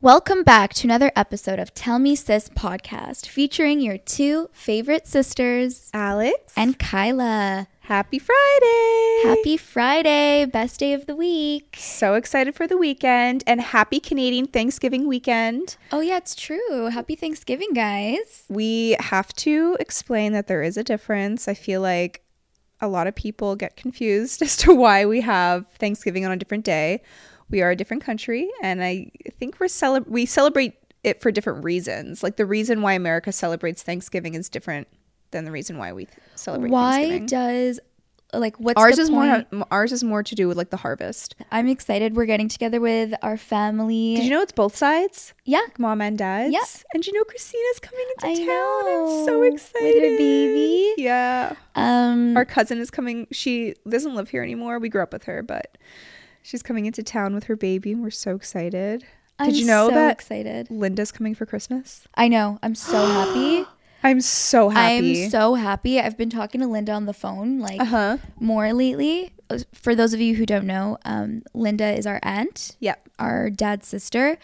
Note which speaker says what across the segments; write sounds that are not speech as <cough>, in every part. Speaker 1: Welcome back to another episode of Tell Me Sis podcast featuring your two favorite sisters
Speaker 2: Alex
Speaker 1: and Kyla.
Speaker 2: happy Friday.
Speaker 1: Happy Friday, best day of the week.
Speaker 2: So excited for the weekend and happy Canadian Thanksgiving weekend.
Speaker 1: Oh, yeah, it's true. Happy Thanksgiving, guys.
Speaker 2: We have to explain that there is a difference. I feel like a lot of people get confused <laughs> as to why we have Thanksgiving on a different day. We are a different country and I think we're cele- we celebrate it for different reasons. Like the reason why America celebrates Thanksgiving is different than the reason why we th- celebrate
Speaker 1: Why
Speaker 2: Thanksgiving.
Speaker 1: does, like, what's
Speaker 2: Ours
Speaker 1: the
Speaker 2: is
Speaker 1: point?
Speaker 2: more ours is more to do with like the harvest.
Speaker 1: I'm excited. We're getting together with our family.
Speaker 2: Did you know it's both sides?
Speaker 1: yeah.
Speaker 2: mom and dad's.
Speaker 1: Yeah.
Speaker 2: And you know Christina's coming into
Speaker 1: I
Speaker 2: town. I'm so
Speaker 1: know. With her
Speaker 2: excited.
Speaker 1: baby.
Speaker 2: Yeah.
Speaker 1: Um,
Speaker 2: Our cousin is coming. She doesn't live here anymore. We grew up with her, but she's coming into town with her baby and we're so excited.
Speaker 1: I'm
Speaker 2: did you know
Speaker 1: so
Speaker 2: that-
Speaker 1: excited.
Speaker 2: Linda's coming for Christmas.
Speaker 1: I know. I'm so happy.
Speaker 2: I'm so <gasps> happy.
Speaker 1: I'm so happy. I've been talking to Linda on the phone, like,
Speaker 2: uh-huh.
Speaker 1: more lately. Uh, For those of you who don't know, um, Linda is our aunt,
Speaker 2: Yeah.
Speaker 1: our dad's sister,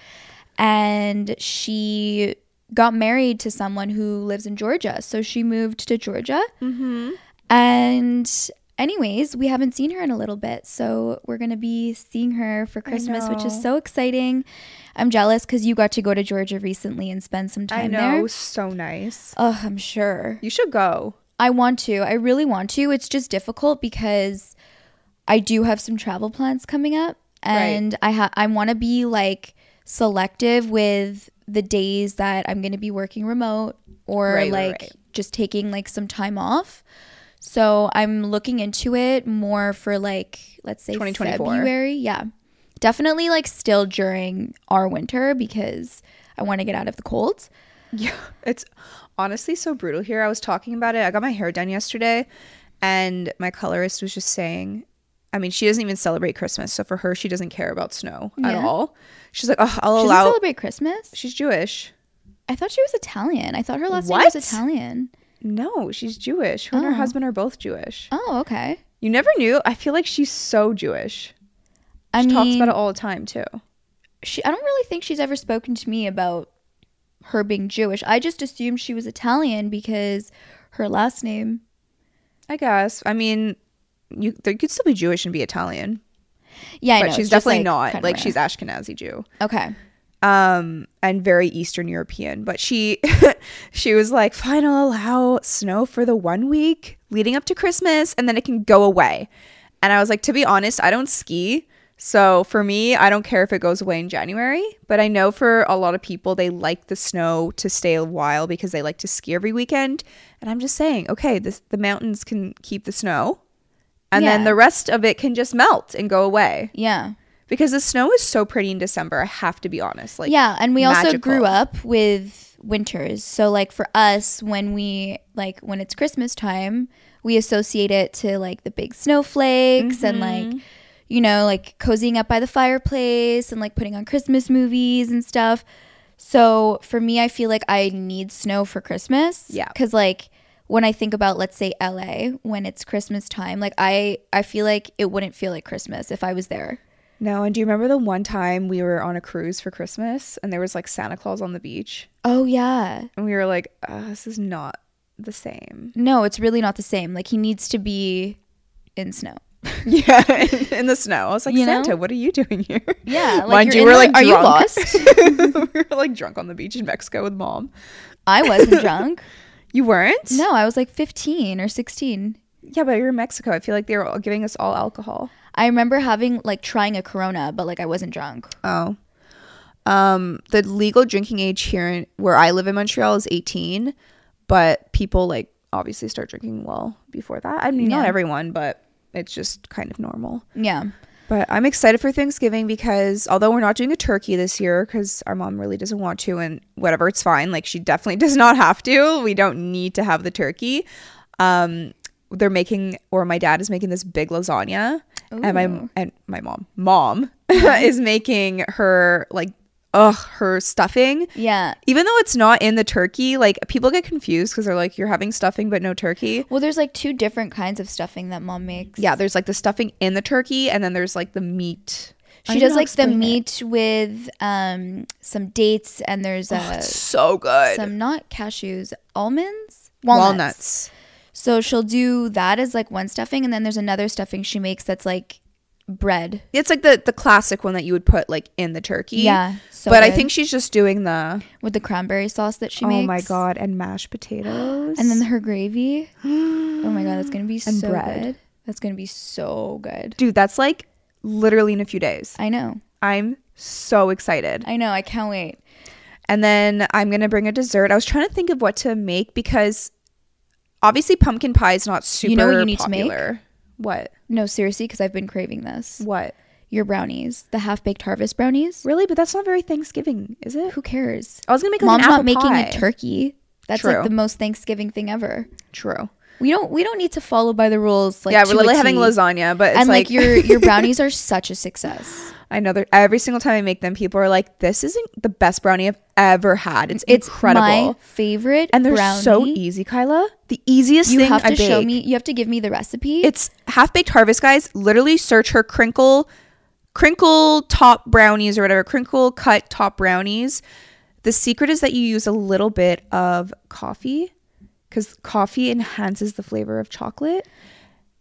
Speaker 1: and she got married to someone who lives in Georgia. So she moved to Georgia.
Speaker 2: Mm-hmm.
Speaker 1: And, anyways, we haven't seen her in a little bit. So we're going to be seeing her for Christmas, which is
Speaker 2: know.
Speaker 1: so exciting. I'm jealous because you got to go to Georgia recently and spend some time
Speaker 2: I know.
Speaker 1: there.
Speaker 2: So nice.
Speaker 1: Oh, I'm sure.
Speaker 2: You should go.
Speaker 1: I want to. I really want to. It's just difficult because I do have some travel plans coming up and I ha- I want to be like selective with the days that I'm going to be working remote or
Speaker 2: Right, right,
Speaker 1: like
Speaker 2: right.
Speaker 1: just taking like some time off. So I'm looking into it more for like let's say
Speaker 2: 2024.
Speaker 1: February. Yeah. Definitely like still during our winter because I want to get out of the cold.
Speaker 2: Yeah, it's honestly so brutal here. I was talking about it. I got my hair done yesterday, and my colorist was just saying, I mean, she doesn't even celebrate Christmas, so for her, she doesn't care about snow at
Speaker 1: Yeah.
Speaker 2: all. She's like, oh, I'll
Speaker 1: Should we
Speaker 2: allow.
Speaker 1: celebrate Christmas?
Speaker 2: she's Jewish.
Speaker 1: I thought she was Italian. I thought her last name was
Speaker 2: What?
Speaker 1: Italian.
Speaker 2: No, she's Jewish. Her and her
Speaker 1: Oh.
Speaker 2: husband are both Jewish.
Speaker 1: Oh, okay.
Speaker 2: You never knew. I feel like she's so Jewish.
Speaker 1: I
Speaker 2: She
Speaker 1: mean,
Speaker 2: talks about it all the time too.
Speaker 1: she. I don't really think she's ever spoken to me about her being Jewish. I just assumed she was Italian because her last name.
Speaker 2: I guess. I mean, you there could still be Jewish and be Italian,
Speaker 1: Yeah, I
Speaker 2: but
Speaker 1: know,
Speaker 2: she's
Speaker 1: it's just,
Speaker 2: definitely
Speaker 1: kinda
Speaker 2: not. Like
Speaker 1: rare.
Speaker 2: she's Ashkenazi Jew.
Speaker 1: okay.
Speaker 2: um and very eastern european but she <laughs> she was like fine i'll allow snow for the one week leading up to christmas and then it can go away and i was like to be honest i don't ski so for me i don't care if it goes away in january but i know for a lot of people they like the snow to stay a while because they like to ski every weekend and i'm just saying okay this, the mountains can keep the snow and then
Speaker 1: Yeah.
Speaker 2: the rest of it can just melt and go away
Speaker 1: Yeah,
Speaker 2: because the snow is so pretty in december i have to be honest like
Speaker 1: yeah, and we also grew
Speaker 2: magical.
Speaker 1: up with winters. So, like for us, when we like when it's Christmas time, we associate it to like the big snowflakes and
Speaker 2: Mm-hmm.
Speaker 1: like you know, like cozying up by the fireplace and like putting on Christmas movies and stuff. So for me, I feel like I need snow for Christmas.
Speaker 2: Yeah.
Speaker 1: Cause like when I think about, let's say LA, when it's Christmas time, like I, I feel like it wouldn't feel like Christmas if I was there.
Speaker 2: No, and do you remember the one time we were on a cruise for Christmas and there was like Santa Claus on the beach?
Speaker 1: Oh, yeah.
Speaker 2: And we were like, uh, this is not
Speaker 1: <laughs>
Speaker 2: the same.
Speaker 1: No, it's really not the same. Like he needs to be in snow.
Speaker 2: Yeah, in, <laughs> in the snow. I was like,
Speaker 1: You know?
Speaker 2: Santa, what are you doing here?
Speaker 1: Yeah. Like
Speaker 2: Mind
Speaker 1: you're
Speaker 2: you,
Speaker 1: in
Speaker 2: we're
Speaker 1: the-
Speaker 2: like,
Speaker 1: are you
Speaker 2: drunk.
Speaker 1: lost? <laughs>
Speaker 2: <laughs> we were like drunk on the beach in Mexico with mom.
Speaker 1: I
Speaker 2: <laughs>
Speaker 1: wasn't drunk.
Speaker 2: You weren't?
Speaker 1: No, I was like 15 or 16.
Speaker 2: Yeah, but you're in Mexico. I feel like they were all giving us all alcohol.
Speaker 1: I remember having like trying a Corona, but like I wasn't drunk.
Speaker 2: Oh. Um, the legal drinking age here in, where I live in Montreal is 18, but people like obviously start drinking well before that. I mean, not
Speaker 1: Yeah.
Speaker 2: everyone, but it's just kind of normal.
Speaker 1: Yeah.
Speaker 2: But I'm excited for Thanksgiving because although we're not doing a turkey this year because our mom really doesn't want to and whatever, it's fine. Like she definitely <laughs> does not have to. We don't need to have the turkey. Um, they're making or my dad is making this big lasagna and my and my mom mom <laughs> is making her like ugh her stuffing
Speaker 1: Yeah.
Speaker 2: even though it's not in the turkey like people get confused because they're like you're having stuffing but no turkey
Speaker 1: Well, there's like two different kinds of stuffing that mom makes.
Speaker 2: yeah there's like the stuffing in the turkey and then there's like the meat I
Speaker 1: She
Speaker 2: don't
Speaker 1: does
Speaker 2: know how
Speaker 1: like
Speaker 2: to
Speaker 1: the
Speaker 2: explain it.
Speaker 1: meat with um some dates and there's
Speaker 2: Oh,
Speaker 1: uh,
Speaker 2: it's so good.
Speaker 1: some not cashews, almonds,
Speaker 2: walnuts.
Speaker 1: walnuts. So she'll do that as like one stuffing, and then there's another stuffing she makes that's like bread.
Speaker 2: It's like the the classic one that you would put like in the turkey.
Speaker 1: Yeah, so
Speaker 2: but I
Speaker 1: good.
Speaker 2: think she's just doing the
Speaker 1: with the cranberry sauce that she
Speaker 2: oh
Speaker 1: makes.
Speaker 2: my god and mashed potatoes
Speaker 1: And then her gravy. oh my god, that's gonna <gasps> be
Speaker 2: And
Speaker 1: so
Speaker 2: bread.
Speaker 1: good. That's gonna be so good.
Speaker 2: <gasps> dude that's like literally in a few days
Speaker 1: I know.
Speaker 2: i'm so excited
Speaker 1: I know. I can't wait.
Speaker 2: and then i'm gonna bring a dessert i was trying to think of what to make because obviously pumpkin pie is not super
Speaker 1: You know what you need to make?
Speaker 2: popular. what
Speaker 1: No, seriously, because I've been craving this.
Speaker 2: what
Speaker 1: Your brownies, the half baked harvest brownies.
Speaker 2: really but that's not very thanksgiving is it
Speaker 1: Who cares?
Speaker 2: i was gonna make like,
Speaker 1: Mom's
Speaker 2: an apple
Speaker 1: not making
Speaker 2: pie.
Speaker 1: a turkey. That's
Speaker 2: True.
Speaker 1: like the most Thanksgiving thing ever.
Speaker 2: true
Speaker 1: We don't. We don't need to follow by the rules. Like
Speaker 2: yeah
Speaker 1: to
Speaker 2: we're
Speaker 1: a
Speaker 2: literally having
Speaker 1: T.
Speaker 2: lasagna but it's
Speaker 1: and like,
Speaker 2: like,
Speaker 1: <laughs> your your brownies are such a success.
Speaker 2: i know that every single time i make them people are like this isn't the best brownie i've ever had it's,
Speaker 1: It's
Speaker 2: incredible
Speaker 1: my favorite,
Speaker 2: and they're
Speaker 1: brownie.
Speaker 2: so easy, Kyla. The easiest
Speaker 1: You
Speaker 2: thing
Speaker 1: have to
Speaker 2: I bake.
Speaker 1: show me. You have to give me the recipe.
Speaker 2: It's half baked harvest, guys. Literally, search her crinkle, crinkle top brownies or whatever, crinkle cut top brownies. The secret is that you use a little bit of coffee because coffee enhances the flavor of chocolate.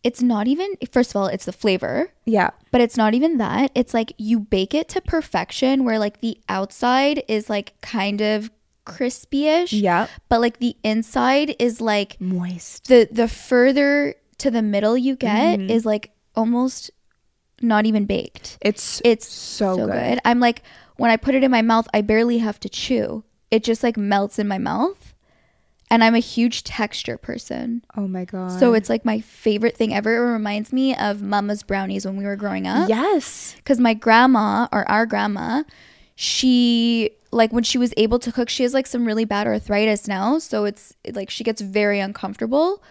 Speaker 1: it's not even. First of all, it's the flavor,
Speaker 2: Yeah,
Speaker 1: but it's not even that. It's like you bake it to perfection, where like the outside is like kind of crispy-ish,
Speaker 2: yeah,
Speaker 1: but like the inside is like
Speaker 2: moist.
Speaker 1: the the further to the middle you get
Speaker 2: Mm-hmm.
Speaker 1: is like almost not even baked.
Speaker 2: It's
Speaker 1: It's
Speaker 2: so,
Speaker 1: so
Speaker 2: good.
Speaker 1: good. I'm like, when I put it in my mouth, I barely have to chew. It just like melts in my mouth. And I'm a huge texture person.
Speaker 2: Oh my god.
Speaker 1: So it's like my favorite thing ever. It reminds me of Mama's brownies when we were growing up.
Speaker 2: yes,
Speaker 1: Because my grandma or our grandma, she like when she was able to cook, she has like some really bad arthritis now. So it's it, like she gets very uncomfortable.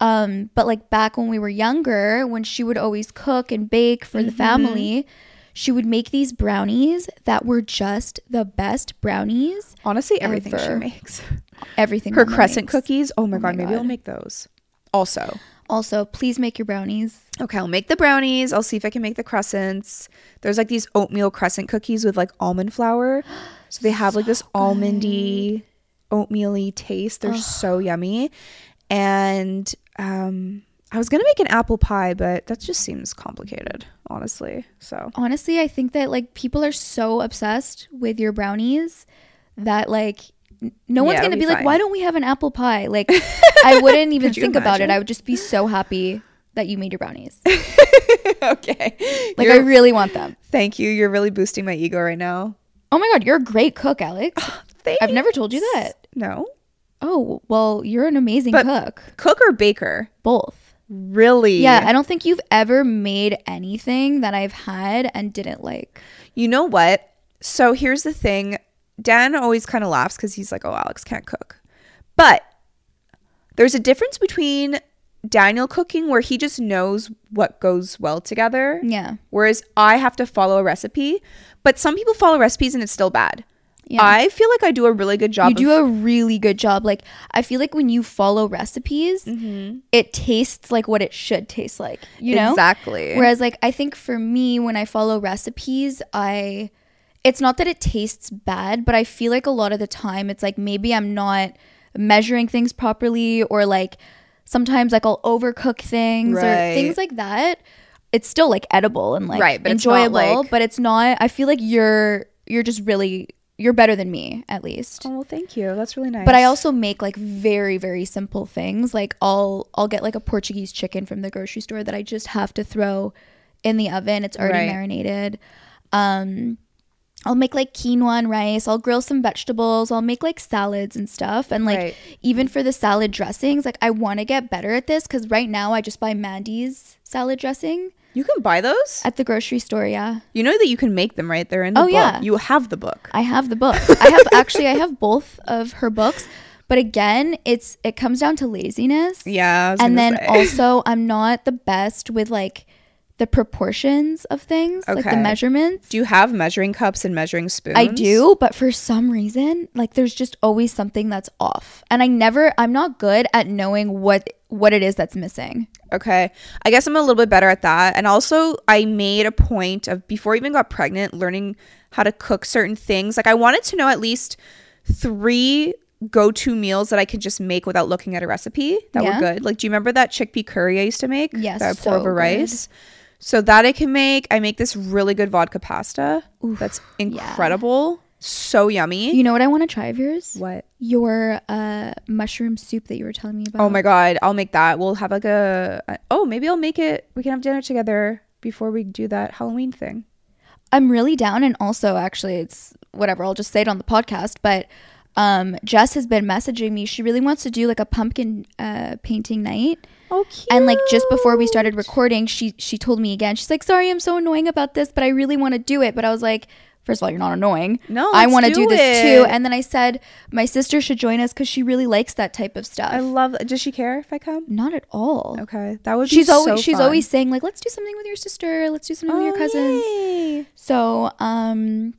Speaker 1: Um, but like back when we were younger, when she would always cook and bake for the family, she would make these brownies that were just the best brownies.
Speaker 2: honestly, everything she
Speaker 1: Ever.
Speaker 2: <laughs> makes.
Speaker 1: Everything
Speaker 2: Her
Speaker 1: Mama
Speaker 2: crescent
Speaker 1: makes.
Speaker 2: cookies. Oh my
Speaker 1: Oh
Speaker 2: god,
Speaker 1: my
Speaker 2: maybe
Speaker 1: God.
Speaker 2: I'll make those. Also,
Speaker 1: Also, please make your brownies.
Speaker 2: Okay, I'll make the brownies. I'll see if I can make the crescents. There's like these oatmeal crescent cookies with like almond flour. <gasps> So they have like this almondy, oatmeally taste. They're so yummy. And um I was gonna make an apple pie, but that just seems complicated, honestly. So
Speaker 1: honestly, I think that like people are so obsessed with your brownies that like n- no one's
Speaker 2: Yeah,
Speaker 1: gonna
Speaker 2: it'll
Speaker 1: be,
Speaker 2: be
Speaker 1: like,
Speaker 2: fine.
Speaker 1: why don't we have an apple pie?
Speaker 2: <laughs>
Speaker 1: Like, I wouldn't even
Speaker 2: Could you
Speaker 1: think about it.
Speaker 2: imagine?
Speaker 1: I would just be so happy that you made your
Speaker 2: <laughs>
Speaker 1: brownies.
Speaker 2: <laughs> okay.
Speaker 1: Like, I
Speaker 2: You're-
Speaker 1: really want them.
Speaker 2: thank you. You're really boosting my ego right now.
Speaker 1: Oh my god, you're a great cook, Alex.
Speaker 2: Oh, Thanks.
Speaker 1: I've never told you that.
Speaker 2: No.
Speaker 1: Oh well, you're an amazing
Speaker 2: But-
Speaker 1: cook.
Speaker 2: Cook or baker?
Speaker 1: Both.
Speaker 2: Really?
Speaker 1: Yeah, I don't think you've ever made anything that I've had and didn't like.
Speaker 2: You know what? So here's the thing. Dan always kind of laughs because he's like, oh, Alex can't cook. But there's a difference between Daniel cooking where he just knows what goes well together,
Speaker 1: Yeah.
Speaker 2: whereas I have to follow a recipe. But some people follow recipes and it's still bad.
Speaker 1: Yeah.
Speaker 2: I feel like I do a really good job.
Speaker 1: you do a really good job. Like I feel like when you follow recipes, it tastes like what it should taste like. You know.
Speaker 2: Mm-hmm. exactly.
Speaker 1: Whereas like I think for me when I follow recipes, I it's not that it tastes bad, but I feel like a lot of the time it's like maybe I'm not measuring things properly or like sometimes like I'll overcook things
Speaker 2: Right.
Speaker 1: or things like that. It's still like edible and like
Speaker 2: Right, but it's not,
Speaker 1: enjoyable,
Speaker 2: like-
Speaker 1: but it's not I feel like you're you're just really you're better than me at least
Speaker 2: oh, well, thank you. That's really nice.
Speaker 1: but I also make like very very simple things. Like I'll I'll get like a Portuguese chicken from the grocery store that I just have to throw in the oven. It's already
Speaker 2: Right.
Speaker 1: marinated. Um I'll make like quinoa and rice. I'll grill some vegetables. I'll make like salads and stuff. And like
Speaker 2: Right.
Speaker 1: even for the salad dressings, like I want to get better at this cuz right now I just buy Mandy's salad dressing
Speaker 2: you can buy those.
Speaker 1: at the grocery store, yeah.
Speaker 2: you know that you can make them right there in the
Speaker 1: Oh,
Speaker 2: book.
Speaker 1: yeah.
Speaker 2: You have the book.
Speaker 1: I have the book. I
Speaker 2: <laughs>
Speaker 1: have actually I have both of her books, but again, it's it comes down to laziness.
Speaker 2: Yeah. I was
Speaker 1: and
Speaker 2: gonna
Speaker 1: then
Speaker 2: say.
Speaker 1: also I'm not the best with like the proportions of things, like
Speaker 2: Okay.
Speaker 1: the measurements.
Speaker 2: do you have measuring cups and measuring spoons?
Speaker 1: I do, but for some reason, like there's just always something that's off. And I never I'm not good at knowing what what it is that's missing.
Speaker 2: Okay. I guess I'm a little bit better at that. And also, I made a point of before I even got pregnant, learning how to cook certain things. Like, I wanted to know at least three go to meals that I could just make without looking at a recipe that
Speaker 1: Yeah.
Speaker 2: were good. Like, do you remember that chickpea curry I used to make?
Speaker 1: Yes,
Speaker 2: That I pour
Speaker 1: so
Speaker 2: over
Speaker 1: good.
Speaker 2: rice. So that I can make. I make this really good vodka pasta. that's
Speaker 1: yeah.
Speaker 2: incredible. So yummy.
Speaker 1: You know what I want to try of yours?
Speaker 2: what?
Speaker 1: Your uh, mushroom soup that you were telling me about.
Speaker 2: Oh my god, I'll make that. We'll have like a, a- oh, maybe I'll make it. We can have dinner together before we do that Halloween thing.
Speaker 1: I'm really down, and also actually, it's whatever. I'll just say it on the podcast, but. Um, Jess has been messaging me. She really wants to do like a pumpkin uh, painting night.
Speaker 2: Oh, cute.
Speaker 1: And like just before we started recording, she she told me again. She's like, "Sorry, I'm so annoying about this, but I really want to do it." But I was like, first of all, you're not annoying. I
Speaker 2: No, Oh, let's
Speaker 1: want to
Speaker 2: do
Speaker 1: do, this too."
Speaker 2: it.
Speaker 1: And then I said, "My sister should join us cuz she really likes that type of stuff."
Speaker 2: I love. Does she care if I come?
Speaker 1: not at all.
Speaker 2: Okay, that would.
Speaker 1: She's
Speaker 2: be
Speaker 1: always
Speaker 2: so
Speaker 1: she's
Speaker 2: fun.
Speaker 1: always saying like, "Let's do something with your sister. Let's do something with your
Speaker 2: Oh,
Speaker 1: cousins."
Speaker 2: yay.
Speaker 1: So, um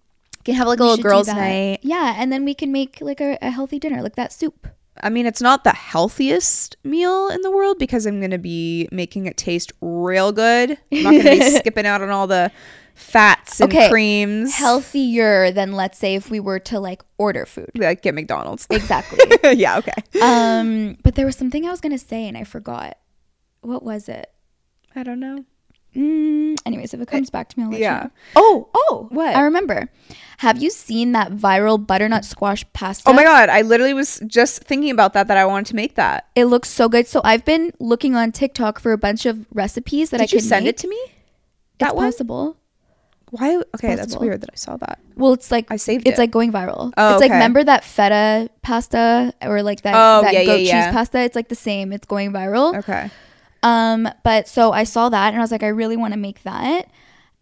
Speaker 2: Can have like a
Speaker 1: we
Speaker 2: little
Speaker 1: should do
Speaker 2: girls'
Speaker 1: that.
Speaker 2: night.
Speaker 1: Yeah, and then we can make like a, a healthy dinner, like that soup.
Speaker 2: I mean, it's not the healthiest meal in the world because I'm gonna be making it taste real good. I'm not gonna
Speaker 1: <laughs>
Speaker 2: be skipping out on all the fats and
Speaker 1: Okay,
Speaker 2: creams.
Speaker 1: Healthier than let's say if we were to like order food.
Speaker 2: like get McDonald's. <laughs>
Speaker 1: Exactly.
Speaker 2: yeah. Okay.
Speaker 1: um but there was something i was gonna say and i forgot what was it
Speaker 2: I don't know.
Speaker 1: mm, anyways if it comes back to me i'll let you
Speaker 2: Yeah.
Speaker 1: know. oh oh
Speaker 2: What?
Speaker 1: i remember have you seen that viral butternut squash pasta
Speaker 2: Oh my god, I literally was just thinking about that that I wanted to make that.
Speaker 1: it looks so good so i've been looking on tiktok for a bunch of recipes that
Speaker 2: Did
Speaker 1: i
Speaker 2: you
Speaker 1: could
Speaker 2: send
Speaker 1: make.
Speaker 2: it to me?
Speaker 1: it's
Speaker 2: that one?
Speaker 1: possible
Speaker 2: Why? Okay, that's
Speaker 1: possible.
Speaker 2: weird that I saw that.
Speaker 1: well it's like
Speaker 2: I saved
Speaker 1: it's
Speaker 2: it.
Speaker 1: like going viral
Speaker 2: Oh,
Speaker 1: it's like
Speaker 2: okay.
Speaker 1: remember that feta pasta or like that,
Speaker 2: Oh,
Speaker 1: that
Speaker 2: yeah, yeah,
Speaker 1: goat cheese
Speaker 2: yeah.
Speaker 1: pasta it's like the same it's going viral
Speaker 2: Okay.
Speaker 1: Um, but so I saw that and I was like, I really want to make that.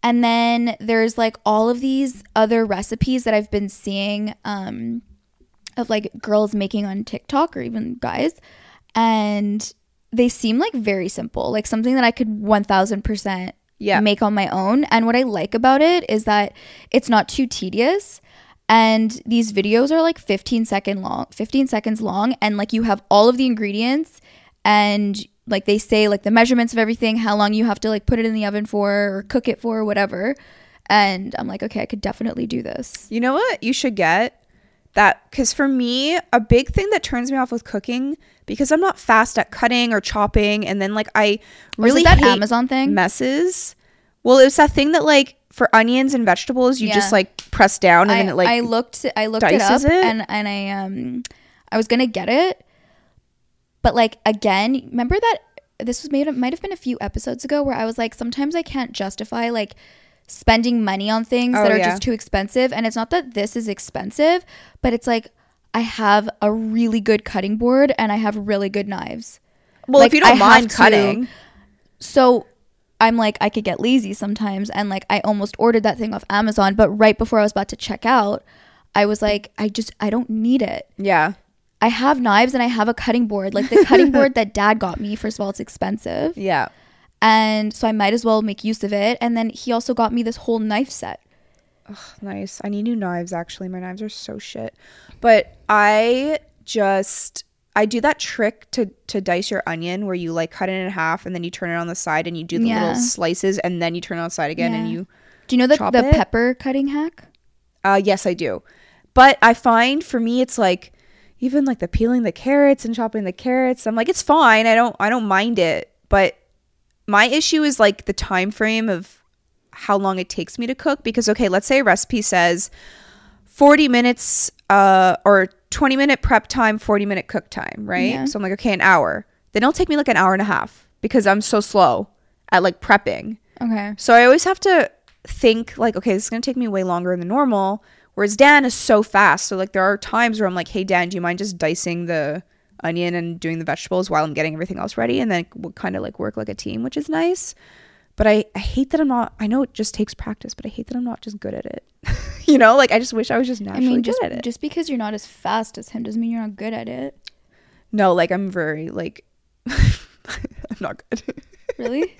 Speaker 1: And then there's like all of these other recipes that I've been seeing um, of like girls making on TikTok or even guys. And they seem like very simple, like something that I could 1000%
Speaker 2: Yeah.
Speaker 1: make on my own. And what I like about it is that it's not too tedious. And these videos are like 15 second long, 15 seconds long and like you have all of the ingredients and like they say like the measurements of everything, how long you have to like put it in the oven for or cook it for or whatever. And I'm like, okay, I could definitely do this.
Speaker 2: You know what you should get? That because for me, a big thing that turns me off with cooking because I'm not fast at cutting or chopping, and then like I
Speaker 1: Or is
Speaker 2: really
Speaker 1: it that
Speaker 2: hate
Speaker 1: Amazon thing?
Speaker 2: messes. Well, it's that thing that like for onions and vegetables, you
Speaker 1: Yeah.
Speaker 2: just like press down and
Speaker 1: I,
Speaker 2: then it like
Speaker 1: I looked I looked it up
Speaker 2: dices it?
Speaker 1: and and I um I was gonna get it, but like again, remember that this was made might have been a few episodes ago where I was like, sometimes I can't justify like spending money on things
Speaker 2: Oh,
Speaker 1: that are
Speaker 2: yeah.
Speaker 1: just too expensive, and it's not that this is expensive, but it's like I have a really good cutting board and I have really good knives,
Speaker 2: well
Speaker 1: like,
Speaker 2: if you
Speaker 1: I have
Speaker 2: don't mind
Speaker 1: to-
Speaker 2: cutting.
Speaker 1: so. I'm like I could get lazy sometimes and like I almost ordered that thing off Amazon but right before I was about to check out I was like I just I don't need it.
Speaker 2: Yeah.
Speaker 1: I have knives and I have a cutting board. Like the
Speaker 2: <laughs>
Speaker 1: cutting board that dad got me, first of all, it's expensive.
Speaker 2: Yeah.
Speaker 1: And so I might as well make use of it. And then he also got me this whole knife set.
Speaker 2: Nice. I need new knives actually. My knives are so shit. But I just I do that trick to to dice your onion where you like cut it in half and then you turn it on the side and you do the
Speaker 1: Yeah.
Speaker 2: little slices and then you turn it on the side again and
Speaker 1: Yeah.
Speaker 2: you
Speaker 1: Do you know the,
Speaker 2: Chop
Speaker 1: the
Speaker 2: it?
Speaker 1: pepper cutting hack?
Speaker 2: uh yes, I do. But I find for me it's like even like the peeling the carrots and chopping the carrots. I'm like it's fine. I don't I don't mind it, but my issue is like the time frame of how long it takes me to cook because okay, let's say a recipe says 40 minutes uh, or 20 minute prep time, 40 minute cook time, right?
Speaker 1: Yeah.
Speaker 2: So I'm like, okay, an hour. Then it'll take me like an hour and a half because I'm so slow at like prepping.
Speaker 1: Okay.
Speaker 2: So I always have to think like, okay, this is gonna take me way longer than normal. Whereas Dan is so fast. So like there are times where I'm like, hey Dan, do you mind just dicing the onion and doing the vegetables while I'm getting everything else ready? And then we'll kind of like work like a team, which is nice. But I, I hate that I'm not I know it just takes practice, but I hate that I'm not just good at it. <laughs> you know, like I just wish I was just
Speaker 1: I
Speaker 2: naturally
Speaker 1: mean, just,
Speaker 2: good at it.
Speaker 1: just because you're not as fast as him doesn't mean you're not good at it.
Speaker 2: No, like I'm very like <laughs> I'm not good.
Speaker 1: Really?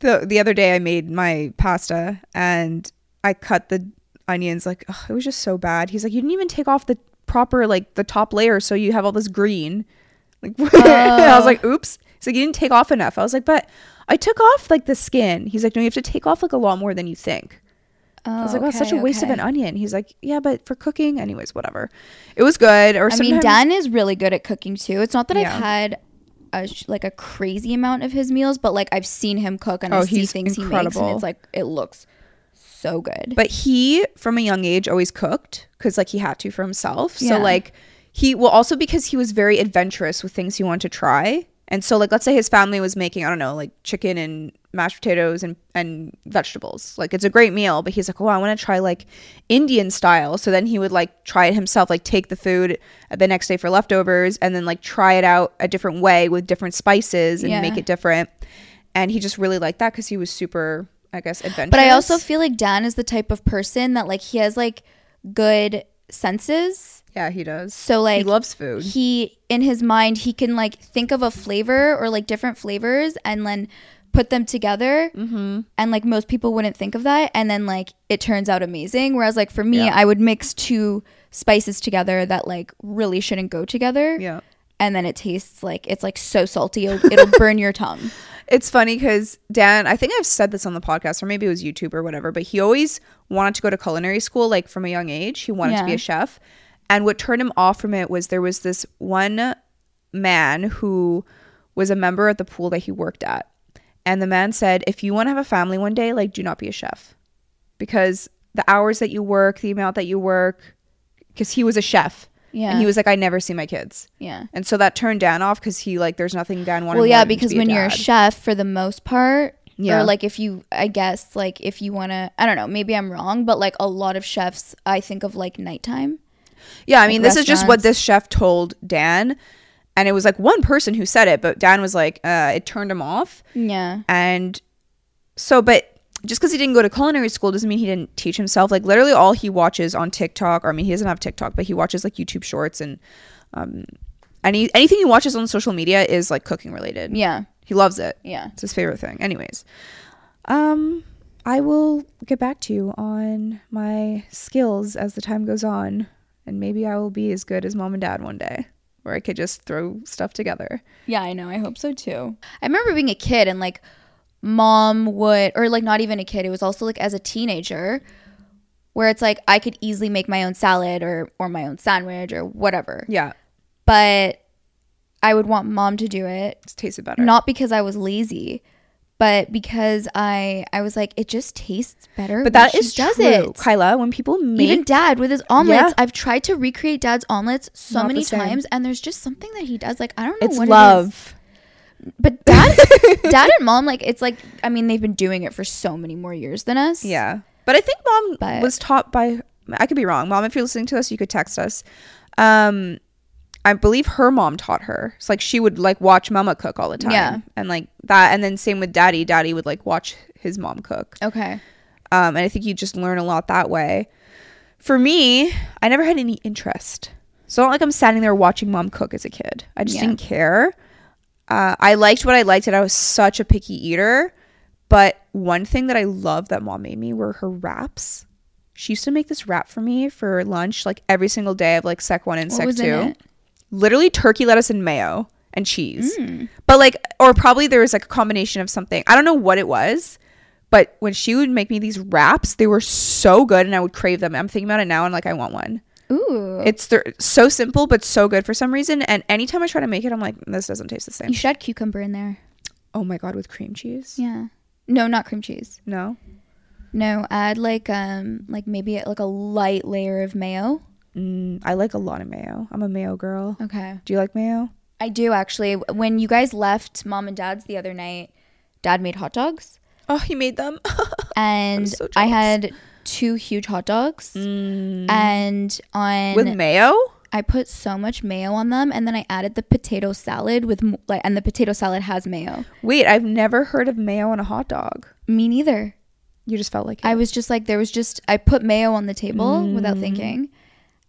Speaker 2: the the other day I made my pasta and I cut the onions like ugh, it was just so bad. He's like, you didn't even take off <laughs>
Speaker 1: Oh.
Speaker 2: the proper like the top layer, so you have all this green. Like I was like, oops. He's like, you didn't take off enough. I was like, but I took off like the skin. He's like, no, you have to take off like a lot more than you think. <laughs> I was like, oh, it's such a waste of an onion. He's like, yeah, but for cooking, anyways, whatever. It was good. Or
Speaker 1: I mean,
Speaker 2: sometimes-
Speaker 1: Dan is really good at cooking too. It's not that
Speaker 2: Yeah.
Speaker 1: I've had a sh- like a crazy amount of his meals, but like I've seen him cook and
Speaker 2: Oh,
Speaker 1: I see
Speaker 2: he's
Speaker 1: things he makes, and
Speaker 2: incredible.
Speaker 1: it's like it looks so good.
Speaker 2: But he, from a young age, always cooked because like he had to for himself.
Speaker 1: Yeah.
Speaker 2: So like he well also because he was very adventurous with things he wanted to try. And so like let's say his family was making I don't know like chicken and mashed potatoes and and vegetables. Like it's a great meal, but he's like, oh, I want to try like Indian style. So then he would like try it himself, like take the food the next day for leftovers, and then like try it out a different way with different spices and
Speaker 1: Yeah.
Speaker 2: make it different. And he just really liked that because he was super, I guess, adventurous.
Speaker 1: But I also feel like Dan is the type of person that like he has like good senses.
Speaker 2: yeah, he does.
Speaker 1: So like
Speaker 2: he loves food.
Speaker 1: he in his mind he can like think of a flavor or like different flavors and then put them together
Speaker 2: Mm-hmm.
Speaker 1: and like most people wouldn't think of that and then like it turns out amazing whereas like for me
Speaker 2: Yeah.
Speaker 1: i would mix two spices together that like really shouldn't go together
Speaker 2: Yeah.
Speaker 1: and then it tastes like it's like so salty it'll, it'll
Speaker 2: <laughs>
Speaker 1: burn your tongue
Speaker 2: It's funny because Dan, I think I've said this on the podcast, or maybe it was YouTube or whatever, but he always wanted to go to culinary school, like from a young age. He wanted to be
Speaker 1: Yeah.
Speaker 2: a chef. And what turned him off from it was there was this one man who was a member at the pool that he worked at. And the man said, if you want to have a family one day, like, do not be a chef because the hours that you work, the amount that you work, because he was a chef.
Speaker 1: yeah
Speaker 2: And he was like, I never see my kids.
Speaker 1: yeah
Speaker 2: And so that turned Dan off because he, like, there's nothing Dan wanted
Speaker 1: well yeah
Speaker 2: more than to
Speaker 1: because
Speaker 2: be a
Speaker 1: when you're a
Speaker 2: dad.
Speaker 1: chef for the most part
Speaker 2: Yeah.
Speaker 1: or like if you i guess like if you want to i don't know maybe i'm wrong but like a lot of chefs i think of like nighttime
Speaker 2: Yeah, I mean,
Speaker 1: like
Speaker 2: this is just what
Speaker 1: restaurants.
Speaker 2: this chef told Dan. And it was like one person who said it, but Dan was like, uh, it turned him off.
Speaker 1: yeah
Speaker 2: And so, but just because he didn't go to culinary school doesn't mean he didn't teach himself. Like, literally, all he watches on TikTok, or I mean, he doesn't have TikTok, but he watches like YouTube shorts and um, any, anything he watches on social media is like cooking related.
Speaker 1: yeah
Speaker 2: He loves it.
Speaker 1: yeah
Speaker 2: It's his favorite thing. Anyways, um, I will get back to you on my skills as the time goes on, and maybe I will be as good as mom and dad one day, where I could just throw stuff together.
Speaker 1: Yeah, I know. I hope so too. I remember being a kid and like mom would, or like not even a kid, it was also like as a teenager where it's like I could easily make my own salad or, or my own sandwich or whatever.
Speaker 2: Yeah,
Speaker 1: But I would want mom to do it,
Speaker 2: it's tasted better.
Speaker 1: not because I was lazy. But because I, I was like, it just tastes better.
Speaker 2: but that
Speaker 1: when she
Speaker 2: is true, Kyla. When people make
Speaker 1: Even Dad with his omelets,
Speaker 2: Yeah.
Speaker 1: I've tried to recreate Dad's omelets so
Speaker 2: Not the
Speaker 1: many
Speaker 2: same.
Speaker 1: times, and there's just something that he does. Like I don't know
Speaker 2: it's
Speaker 1: what it is.
Speaker 2: love.
Speaker 1: But
Speaker 2: <laughs>
Speaker 1: dad, dad and mom, like it's like I mean they've been doing it for so many more years than us.
Speaker 2: Yeah, but I think mom
Speaker 1: But-
Speaker 2: was taught by. I could be wrong, mom. If you're listening to this, you could text us. Um, I believe her mom taught her. It's like she would like watch mama cook all the time.
Speaker 1: Yeah.
Speaker 2: and like that, and then same with daddy. Daddy would like watch his mom cook.
Speaker 1: Okay.
Speaker 2: Um, and I think you just learn a lot that way. For me, I never had any interest. So not like I'm standing there watching mom cook as a kid. I just
Speaker 1: Yeah.
Speaker 2: didn't care. Uh, I liked what I liked, and I was such a picky eater. But one thing that I loved that mom made me were her wraps. She used to make this wrap for me for lunch, like every single day of like sec one and
Speaker 1: What
Speaker 2: sec
Speaker 1: was
Speaker 2: two
Speaker 1: in it?
Speaker 2: literally turkey lettuce and mayo and cheese. But like, or probably there was like a combination of something. I don't know what it was, but when she would make me these wraps, they were so good and I would crave them. I'm thinking about it now and like, I want one.
Speaker 1: Ooh.
Speaker 2: It's th- so simple, but so good for some reason. And anytime I try to make it, I'm like, this doesn't taste the
Speaker 1: you
Speaker 2: same.
Speaker 1: should add cucumber in there.
Speaker 2: Oh my God, with cream cheese?
Speaker 1: Yeah. No, not cream cheese.
Speaker 2: No.
Speaker 1: No, add like um like maybe like a light layer of mayo.
Speaker 2: Mm, I like a lot of mayo. I'm a mayo girl.
Speaker 1: Okay.
Speaker 2: Do you like mayo?
Speaker 1: I do actually. When you guys left mom and dad's the other night, dad made hot
Speaker 2: <gasps>
Speaker 1: dogs
Speaker 2: Oh, he made them. <laughs>
Speaker 1: and
Speaker 2: so
Speaker 1: I
Speaker 2: jealous. Mm-hmm.
Speaker 1: had two huge hot dogs and on
Speaker 2: Mm. with mayo?
Speaker 1: I put so much mayo on them, and then I added the potato salad with m- like, and the potato salad has mayo.
Speaker 2: Wait, I've never heard of mayo on a hot dog.
Speaker 1: Me neither.
Speaker 2: You just felt like it.
Speaker 1: I was just like, there was just I put mayo on the table
Speaker 2: Mm.
Speaker 1: without thinking,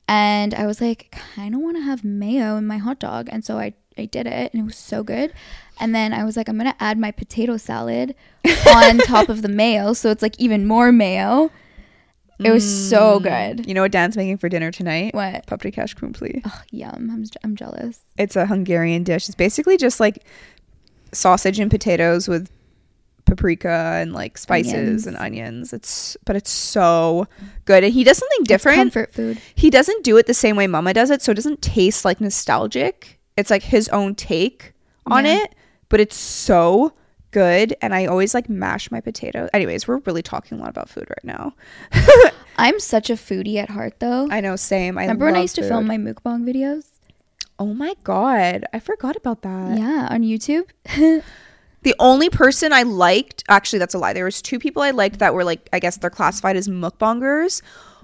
Speaker 1: and I was like, kind of want to have mayo in my hot dog, and so I I did it, and it was so good. And then I was like, I'm gonna add my potato
Speaker 2: <laughs>
Speaker 1: salad on top of the mayo, so it's like even more mayo. It was
Speaker 2: Mm.
Speaker 1: so good.
Speaker 2: You know what Dan's making for dinner tonight?
Speaker 1: What?
Speaker 2: Paprikash krumpli.
Speaker 1: Ugh, yum. I'm, I'm jealous.
Speaker 2: It's a Hungarian dish. It's basically just like sausage and potatoes with paprika and like spices
Speaker 1: Onions.
Speaker 2: and onions. It's but it's so good. And he does something different.
Speaker 1: comfort food.
Speaker 2: He doesn't do it the same way Mama does it, so it doesn't taste like nostalgic. It's like his own take on
Speaker 1: Yeah.
Speaker 2: it, but it's so good. And I always like mash my potatoes. Anyways, we're really talking a lot about food right now.
Speaker 1: I'm such a foodie at heart, though.
Speaker 2: I know, same. I
Speaker 1: Remember when I
Speaker 2: love
Speaker 1: used to
Speaker 2: food.
Speaker 1: film my mukbang videos?
Speaker 2: Oh my god, I forgot about that.
Speaker 1: yeah, on YouTube. <laughs>
Speaker 2: The only person I liked, actually, that's a lie. There was two people I liked that were like, I guess they're classified as mukbangers,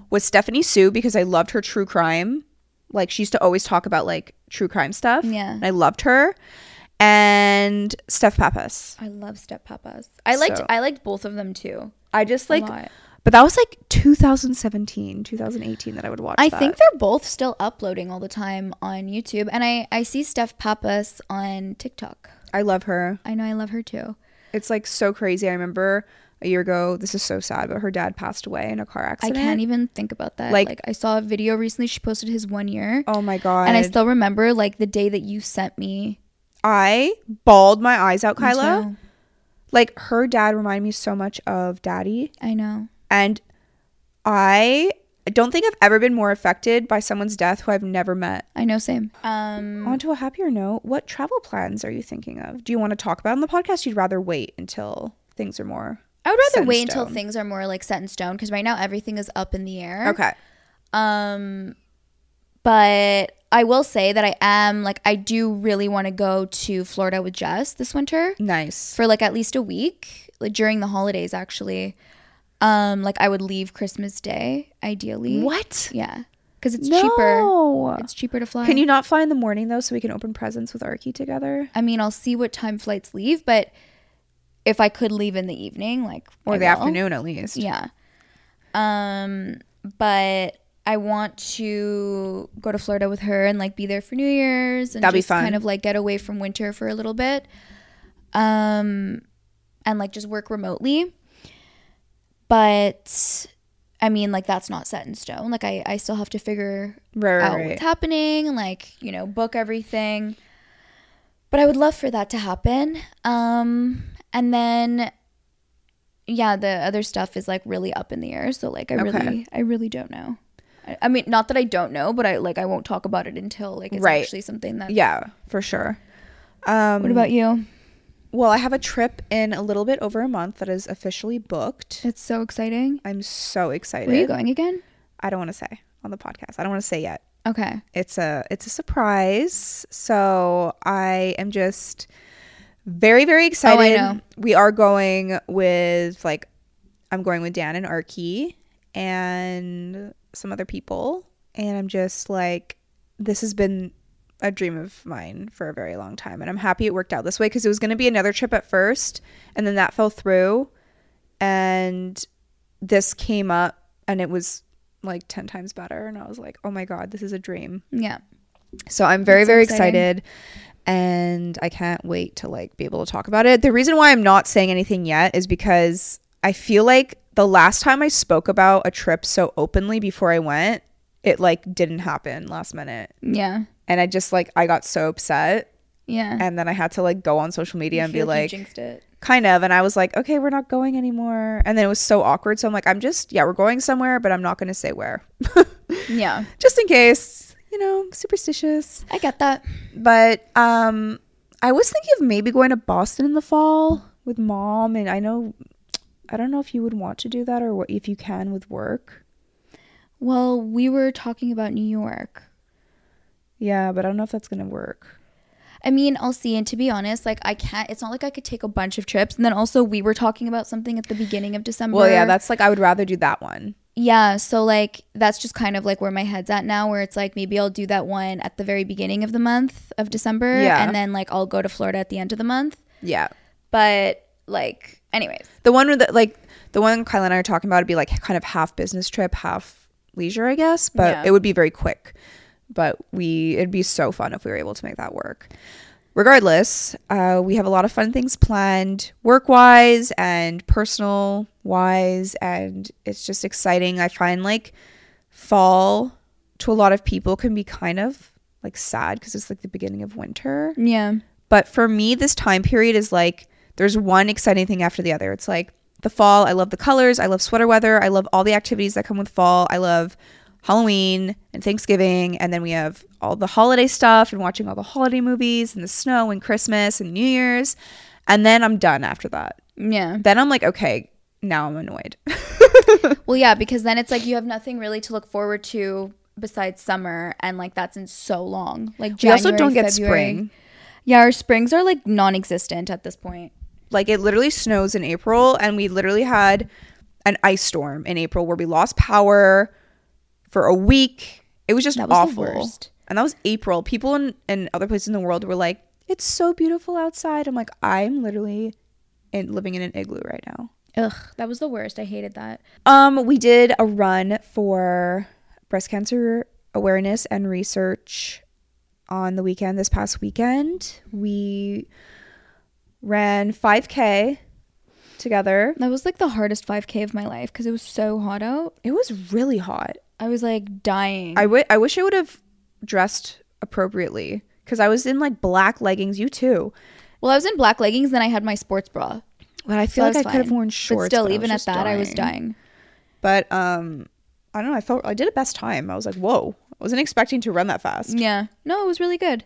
Speaker 2: was Stephanie Sue because I loved her true crime. Like she used to always talk about like true crime stuff.
Speaker 1: Yeah.
Speaker 2: and I loved her, and Steph Pappas.
Speaker 1: I love Step Papas. I liked
Speaker 2: So-
Speaker 1: I liked both of them too.
Speaker 2: I just like,
Speaker 1: lot.
Speaker 2: but that was like 2017, 2018 that I would watch.
Speaker 1: I
Speaker 2: that.
Speaker 1: think they're both still uploading all the time on YouTube, and I I see Steph Papas on TikTok.
Speaker 2: I love her.
Speaker 1: I know I love her too.
Speaker 2: It's like so crazy. I remember a year ago. This is so sad, but her dad passed away in a car
Speaker 1: I
Speaker 2: accident.
Speaker 1: can't even think about that.
Speaker 2: Like-
Speaker 1: Like, I saw a video recently. She posted his one year,
Speaker 2: Oh my god!
Speaker 1: and I still remember like the day that you sent me.
Speaker 2: I bawled my eyes out,
Speaker 1: Me
Speaker 2: Kyla.
Speaker 1: too.
Speaker 2: like her dad reminded me so much of daddy
Speaker 1: I know.
Speaker 2: and i don't think i've ever been more affected by someone's death who i've never met
Speaker 1: I know. Same. Um.
Speaker 2: on to a happier note what travel plans are you thinking of do you want to talk about on the podcast you'd rather wait until things are more
Speaker 1: I would
Speaker 2: Oh, set in
Speaker 1: rather wait until
Speaker 2: stone.
Speaker 1: things are more like set in stone because right now everything is up in the air.
Speaker 2: okay
Speaker 1: Um, but I will say that I am like I do really want to go to Florida with Jess this winter
Speaker 2: nice
Speaker 1: for like at least a week, like during the holidays actually. Um, like I would leave Christmas Day ideally.
Speaker 2: what
Speaker 1: Yeah, because it's cheaper.
Speaker 2: no
Speaker 1: It's cheaper to fly.
Speaker 2: can you not fly in the morning though so we can open presents with arky together
Speaker 1: I mean, I'll see what time flights leave, but if I could leave in the evening, like
Speaker 2: or
Speaker 1: I
Speaker 2: the
Speaker 1: will.
Speaker 2: afternoon at least
Speaker 1: Yeah. Um, but I want to go to Florida with her and like be there for New Year's and
Speaker 2: That'd be
Speaker 1: just
Speaker 2: fun.
Speaker 1: kind of like get away from winter for a little bit. Um and like just work remotely. But I mean like that's not set in stone. Like I, I still have to figure
Speaker 2: right,
Speaker 1: out
Speaker 2: right,
Speaker 1: what's
Speaker 2: right.
Speaker 1: happening and like, you know, book everything. But I would love for that to happen. Um and then yeah, the other stuff is like really up in the air, so like I
Speaker 2: Okay.
Speaker 1: really I really don't know. I, I mean, not that I don't know, but I like I won't talk about it until like it's
Speaker 2: Right.
Speaker 1: actually something that
Speaker 2: yeah for sure um
Speaker 1: What about you?
Speaker 2: Well, I have a trip in a little bit over a month that is officially booked.
Speaker 1: It's so exciting.
Speaker 2: I'm so
Speaker 1: Where are you
Speaker 2: excited.
Speaker 1: going again?
Speaker 2: I don't want to say on the podcast. I don't want to say yet.
Speaker 1: Okay.
Speaker 2: It's a it's a surprise. So I am just very very excited.
Speaker 1: know.
Speaker 2: We are going with like I'm going with Dan and Arky and some other people, and I'm just like this has been a dream of mine for a very long time, and I'm happy it worked out this way because it was going to be another trip at first, and then that fell through, and this came up, and it was like 10 times better and i was like oh my god this is a dream
Speaker 1: Yeah.
Speaker 2: so I'm very,
Speaker 1: That's so
Speaker 2: very
Speaker 1: exciting.
Speaker 2: excited. And I can't wait to like be able to talk about it. The reason why I'm not saying anything yet is because I feel like the last time I spoke about a trip so openly before I went, it like didn't happen last minute.
Speaker 1: Yeah.
Speaker 2: And I just like I got so upset
Speaker 1: Yeah.
Speaker 2: and then I had to like go on social media
Speaker 1: I
Speaker 2: and be
Speaker 1: feel
Speaker 2: like
Speaker 1: you jinxed it.
Speaker 2: kind of and I was like, "Okay, we're not going anymore." And then it was so awkward. So I'm like, "I'm just yeah, we're going somewhere, but I'm not going to say where." <laughs>
Speaker 1: Yeah.
Speaker 2: just in case, you know, superstitious.
Speaker 1: I get that.
Speaker 2: But um I was thinking of maybe going to Boston in the fall with mom and I know I don't know if you would want to do that or what if you can with work.
Speaker 1: Well, we were talking about New York.
Speaker 2: Yeah, but I don't know if that's going to work.
Speaker 1: I mean, I'll see. And to be honest, like I can't. It's not like I could take a bunch of trips. And then also, we were talking about something at the beginning of December.
Speaker 2: Well, yeah, that's like I would rather do that one.
Speaker 1: yeah. So like that's just kind of like where my head's at now. Where it's like maybe I'll do that one at the very beginning of the month of December.
Speaker 2: Yeah.
Speaker 1: And then like I'll go to Florida at the end of the month.
Speaker 2: Yeah.
Speaker 1: But like, anyways,
Speaker 2: The one with the, like the one Kyle and I are talking about would be like kind of half business trip, half leisure, I guess, but
Speaker 1: Yeah.
Speaker 2: it would be very quick. But we it'd be so fun if we were able to make that work. Regardless, uh, we have a lot of fun things planned, work wise and personal wise, and it's just exciting. I find like fall to a lot of people can be kind of like sad because it's like the beginning of winter
Speaker 1: yeah,
Speaker 2: But for me, this time period is like there's one exciting thing after the other. It's like the fall, I love the colors, I love sweater weather, I love all the activities that come with fall. I love Halloween and Thanksgiving, and then we have all the holiday stuff and watching all the holiday movies and the snow and Christmas and New Year's. And then I'm done after that.
Speaker 1: Yeah.
Speaker 2: Then I'm like, okay, now I'm annoyed. <laughs>
Speaker 1: Well, yeah, because then it's like you have nothing really to look forward to besides summer, and like that's in so long. Like
Speaker 2: we
Speaker 1: January,
Speaker 2: also don't get
Speaker 1: February.
Speaker 2: spring.
Speaker 1: Yeah, our springs are like non-existent at this point.
Speaker 2: Like it literally snows in April, and we literally had an ice storm in April where we lost power for a week. It was just
Speaker 1: That was the
Speaker 2: awful.
Speaker 1: worst.
Speaker 2: And that was April. People in, in other places in the world were like, "It's so beautiful outside." I'm like, I'm literally in, living in an igloo right now.
Speaker 1: Ugh, that was the worst. I hated that.
Speaker 2: Um, we did a run for breast cancer awareness and research on the weekend this past weekend. We ran 5k together.
Speaker 1: That was like the hardest 5K of my life because it was so hot out.
Speaker 2: It was really hot.
Speaker 1: I was like dying.
Speaker 2: I wi- I wish I would have dressed appropriately cuz I was in like black leggings, you too.
Speaker 1: well, I was in black leggings, then I had my sports bra.
Speaker 2: But I feel
Speaker 1: I
Speaker 2: like I
Speaker 1: was
Speaker 2: could have
Speaker 1: fine.
Speaker 2: worn shorts.
Speaker 1: but still,
Speaker 2: I was
Speaker 1: even at
Speaker 2: just
Speaker 1: that, I was dying.
Speaker 2: But um I don't know, I felt I did a best time. I was like, "Whoa. I wasn't expecting to run that fast."
Speaker 1: Yeah. No, it was really good.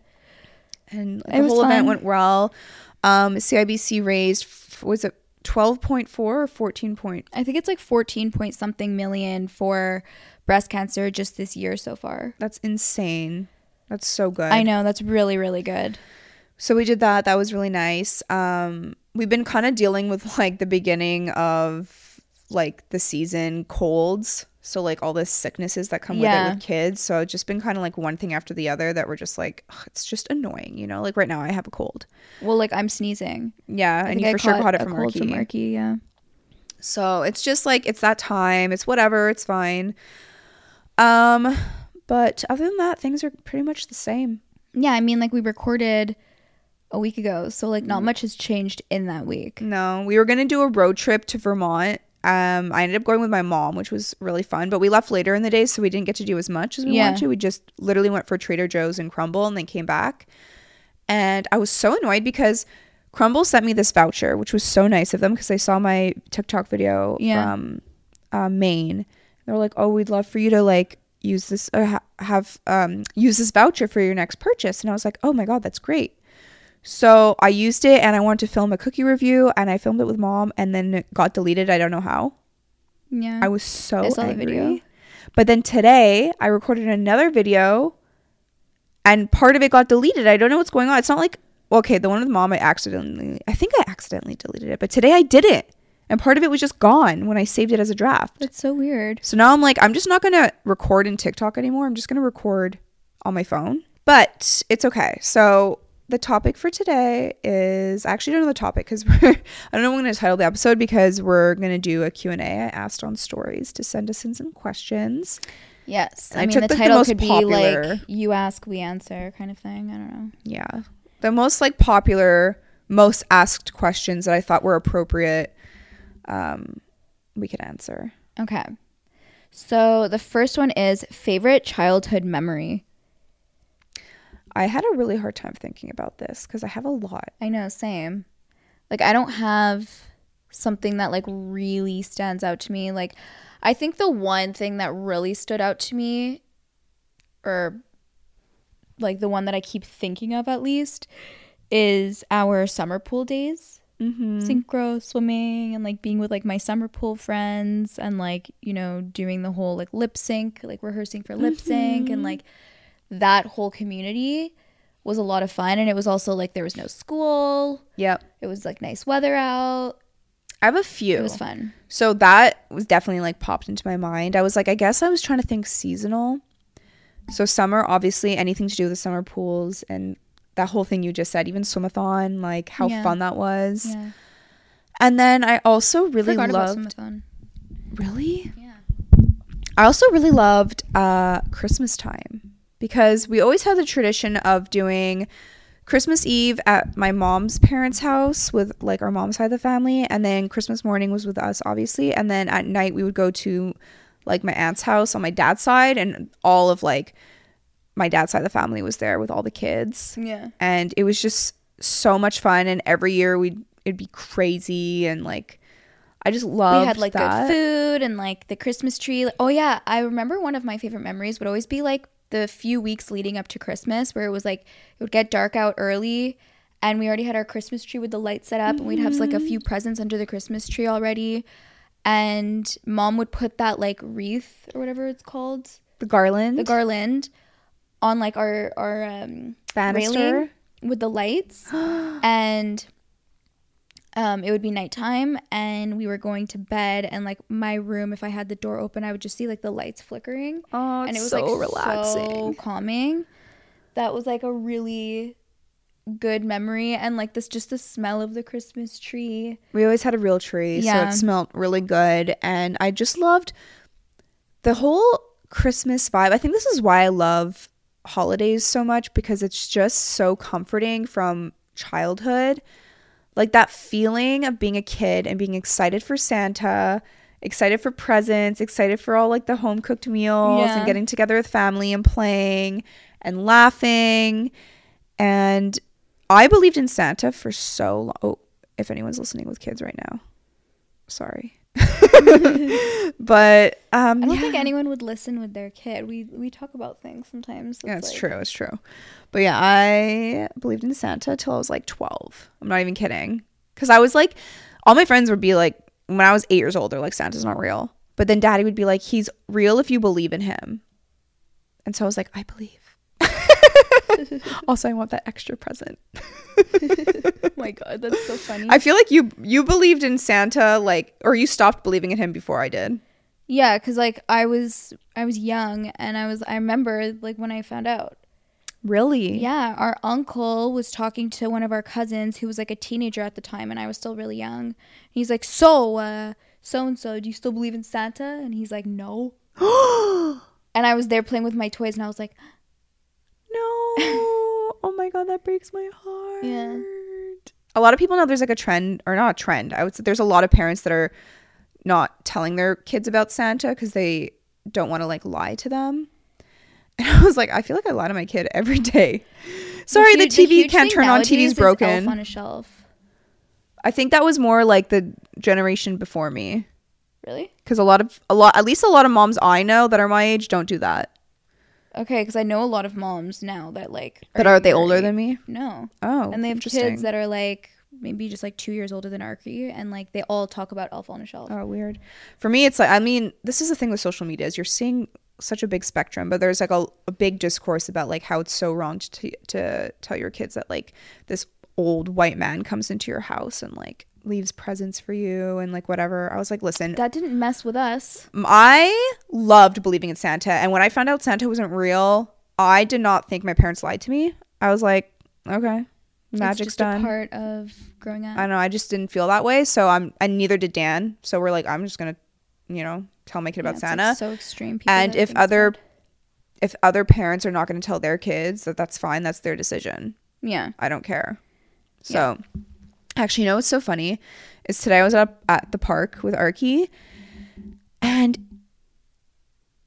Speaker 2: and
Speaker 1: It
Speaker 2: the
Speaker 1: was
Speaker 2: whole event
Speaker 1: fun.
Speaker 2: went well. Um, CIBC raised f- was it twelve point four or fourteen point?
Speaker 1: I think it's like 14 point something million for breast cancer just this year so far.
Speaker 2: That's insane. That's so good.
Speaker 1: I know. That's really, really good.
Speaker 2: So we did that. That was really nice. Um, we've been kind of dealing with <laughs> like the beginning of like the season colds. So like all the sicknesses that come with
Speaker 1: Yeah.
Speaker 2: it with kids. So it's just been kind of like one thing after the other that we're just like "Ugh, it's just annoying, you know. Like right now I have a cold.
Speaker 1: Well, like I'm sneezing.
Speaker 2: Yeah,
Speaker 1: I think
Speaker 2: and you
Speaker 1: I
Speaker 2: for sure caught it
Speaker 1: a
Speaker 2: from
Speaker 1: cold
Speaker 2: Marky.
Speaker 1: from Murky. Yeah.
Speaker 2: So it's just like it's that time. It's whatever. It's fine. Um, but other than that, things are pretty much the same.
Speaker 1: Yeah. I mean, like we recorded a week ago, so like
Speaker 2: Mm.
Speaker 1: not much has changed in that week.
Speaker 2: No, we were gonna do a road trip to Vermont. Um, I ended up going with my mom, which was really fun. But we left later in the day, so we didn't get to do as much as we
Speaker 1: Yeah.
Speaker 2: wanted to. We just literally went for Trader Joe's and Crumble, and then came back. And I was so annoyed because Crumble sent me this voucher, which was so nice of them because they saw my TikTok video
Speaker 1: Yeah.
Speaker 2: from uh, Maine. They're like, "Oh, we'd love for you to like use this or ha- have um, use this voucher for your next purchase." And I was like, "Oh my god, that's great!" So I used it, and I wanted to film a cookie review, and I filmed it with mom, and then it got deleted. I don't know how.
Speaker 1: Yeah.
Speaker 2: I was so
Speaker 1: I saw the
Speaker 2: angry.
Speaker 1: video.
Speaker 2: But then today, I recorded another video, and part of it got deleted. I don't know what's going on. It's not like well, okay, the one with mom, I accidentally, I think I accidentally deleted it, but today I did it, and part of it was just gone when I saved it as a draft.
Speaker 1: That's so weird.
Speaker 2: So now I'm like, I'm just not gonna record in TikTok anymore. I'm just gonna record on my phone. But it's okay. So the topic for today is I actually don't know the topic because <laughs> we're I don't know what I'm gonna title the episode because we're gonna do a Q and A. I asked on stories to send us in some questions.
Speaker 1: Yes.
Speaker 2: I
Speaker 1: I, mean,
Speaker 2: took,
Speaker 1: the
Speaker 2: like, the
Speaker 1: title
Speaker 2: most
Speaker 1: could be
Speaker 2: popular-
Speaker 1: like "You Ask, We Answer" kind of thing. I don't know.
Speaker 2: Yeah, the most like popular, most asked questions that I thought were appropriate. Um, we could answer.
Speaker 1: Okay. So the first one is favorite childhood memory.
Speaker 2: I had a really hard time thinking about this because I have a lot.
Speaker 1: I know, same. Like I don't have something that like really stands out to me. Like I think the one thing that really stood out to me or like the one that I keep thinking of at least is our summer pool days.
Speaker 2: Mm-hmm.
Speaker 1: synchro swimming and like being with like my summer pool friends and like you know doing the whole like lip sync like rehearsing for lip sync
Speaker 2: Mm-hmm.
Speaker 1: and like that whole community was a lot of fun and it was also like there was no school
Speaker 2: Yep,
Speaker 1: it was like nice weather out
Speaker 2: I have a few.
Speaker 1: it was fun
Speaker 2: So that was definitely like popped into my mind. I was like, I guess I was trying to think seasonal. So summer, obviously, anything to do with the summer pools and that whole thing you just said, even swimathon, like how
Speaker 1: Yeah.
Speaker 2: fun that was.
Speaker 1: yeah
Speaker 2: And then I also really
Speaker 1: forgot about
Speaker 2: loved
Speaker 1: swimathon
Speaker 2: really.
Speaker 1: yeah
Speaker 2: I also really loved uh, Christmas time because we always had the tradition of doing Christmas Eve at my mom's parents' house with like our mom's side of the family, and then Christmas morning was with us, obviously, and then at night we would go to like my aunt's house on my dad's side, and all of like my dad's side of the family was there with all the kids,
Speaker 1: yeah
Speaker 2: and it was just so much fun and every year we would it'd be crazy and like I just loved
Speaker 1: we had like
Speaker 2: that.
Speaker 1: good food and like the Christmas tree. Oh yeah, I remember one of my favorite memories would always be like the few weeks leading up to Christmas where it was like it would get dark out early and we already had our Christmas tree with the lights set up and we'd have like a few presents under the Christmas tree already and mom would put that like wreath or whatever it's called,
Speaker 2: the garland,
Speaker 1: the garland on like our our um
Speaker 2: banister.
Speaker 1: railing with the lights and um, it would be nighttime and we were going to bed and like my room if i had the door open i would just see like the lights flickering
Speaker 2: <gasps> Oh,
Speaker 1: and it was
Speaker 2: so
Speaker 1: like so
Speaker 2: relaxing.
Speaker 1: calming that was like a really good memory and like this just the smell of the christmas tree
Speaker 2: We always had a real tree,
Speaker 1: Yeah.
Speaker 2: so it smelled really good. And I just loved the whole Christmas vibe. I think this is why I love holidays so much because it's just so comforting from childhood. Like that feeling of being a kid and being excited for Santa, excited for presents, excited for all like the home cooked meals
Speaker 1: Yeah.
Speaker 2: and getting together with family and playing and laughing. And I believed in Santa for so long. Oh, if anyone's listening with kids right now, sorry. <laughs> but um,
Speaker 1: i don't
Speaker 2: yeah.
Speaker 1: think anyone would listen with their kid we we talk about things sometimes
Speaker 2: Yeah, it's
Speaker 1: like-
Speaker 2: true. It's true. But yeah, I believed in Santa till I was like 12. I'm not even kidding. Because I was like, all my friends would be like, when I was eight years old, they're like, Santa's not real. But then daddy would be like, he's real if you believe in him. And so I was like, I believe. <laughs> also, I want that extra present.
Speaker 1: <laughs> oh my god that's so funny
Speaker 2: I feel like you you believed in Santa like or you stopped believing in him before I did.
Speaker 1: Yeah, cause like I was I was young and I was I remember like when I found out.
Speaker 2: Really? <gasps>
Speaker 1: Yeah, our uncle was talking to one of our cousins who was like a teenager at the time, and I was still really young. He's like, "So, uh, so and so, do you still believe in Santa?" And he's like, "No."
Speaker 2: no.
Speaker 1: And I was there playing with my toys, and I was like,
Speaker 2: <laughs> Oh my god, that breaks my heart.
Speaker 1: Yeah.
Speaker 2: A lot of people know there's like a trend or not a trend. I would say there's a lot of parents that are not telling their kids about Santa because they don't want to like lie to them. <laughs> And I was like, I feel like I lie to my kid every day. Sorry, the,
Speaker 1: huge-
Speaker 2: TV
Speaker 1: huge
Speaker 2: can't
Speaker 1: thing
Speaker 2: turn on.
Speaker 1: nowadays
Speaker 2: TV's
Speaker 1: is Elf
Speaker 2: broken.
Speaker 1: on a shelf.
Speaker 2: I think that was more like the generation before me.
Speaker 1: Really?
Speaker 2: because a lot of a lot at least a lot of moms i know that are my age don't do that
Speaker 1: Okay, because I know a lot of moms now that like
Speaker 2: that are they
Speaker 1: younger
Speaker 2: older
Speaker 1: age.
Speaker 2: than me
Speaker 1: No.
Speaker 2: oh
Speaker 1: and they have
Speaker 2: interesting.
Speaker 1: kids that are like maybe just like two years older than Arky, and like they all talk about Elf on a Shelf.
Speaker 2: oh weird for me it's like i mean this is the thing with social media is you're seeing such a big spectrum but there's like a, a big discourse about like how it's so wrong to, to tell your kids that like this old white man comes into your house and like leaves presents for you and like whatever i was like listen
Speaker 1: That didn't mess with us.
Speaker 2: I loved believing in Santa. And when I found out Santa wasn't real, I did not think my parents lied to me. I was like, okay, magic's
Speaker 1: it's just
Speaker 2: done.
Speaker 1: A part of growing up.
Speaker 2: I don't know. I just didn't feel that way. So I'm, and neither did Dan. So we're like, I'm just going to, you know, tell my kid
Speaker 1: Yeah,
Speaker 2: about
Speaker 1: it's, like,
Speaker 2: Santa.
Speaker 1: so extreme. People
Speaker 2: and
Speaker 1: that
Speaker 2: if
Speaker 1: think it's
Speaker 2: other,
Speaker 1: bad.
Speaker 2: if other parents are not going to tell their kids that that's fine, that's their decision.
Speaker 1: yeah,
Speaker 2: I don't care. So, actually, you know what's so funny is today I was up at the park with Arky, and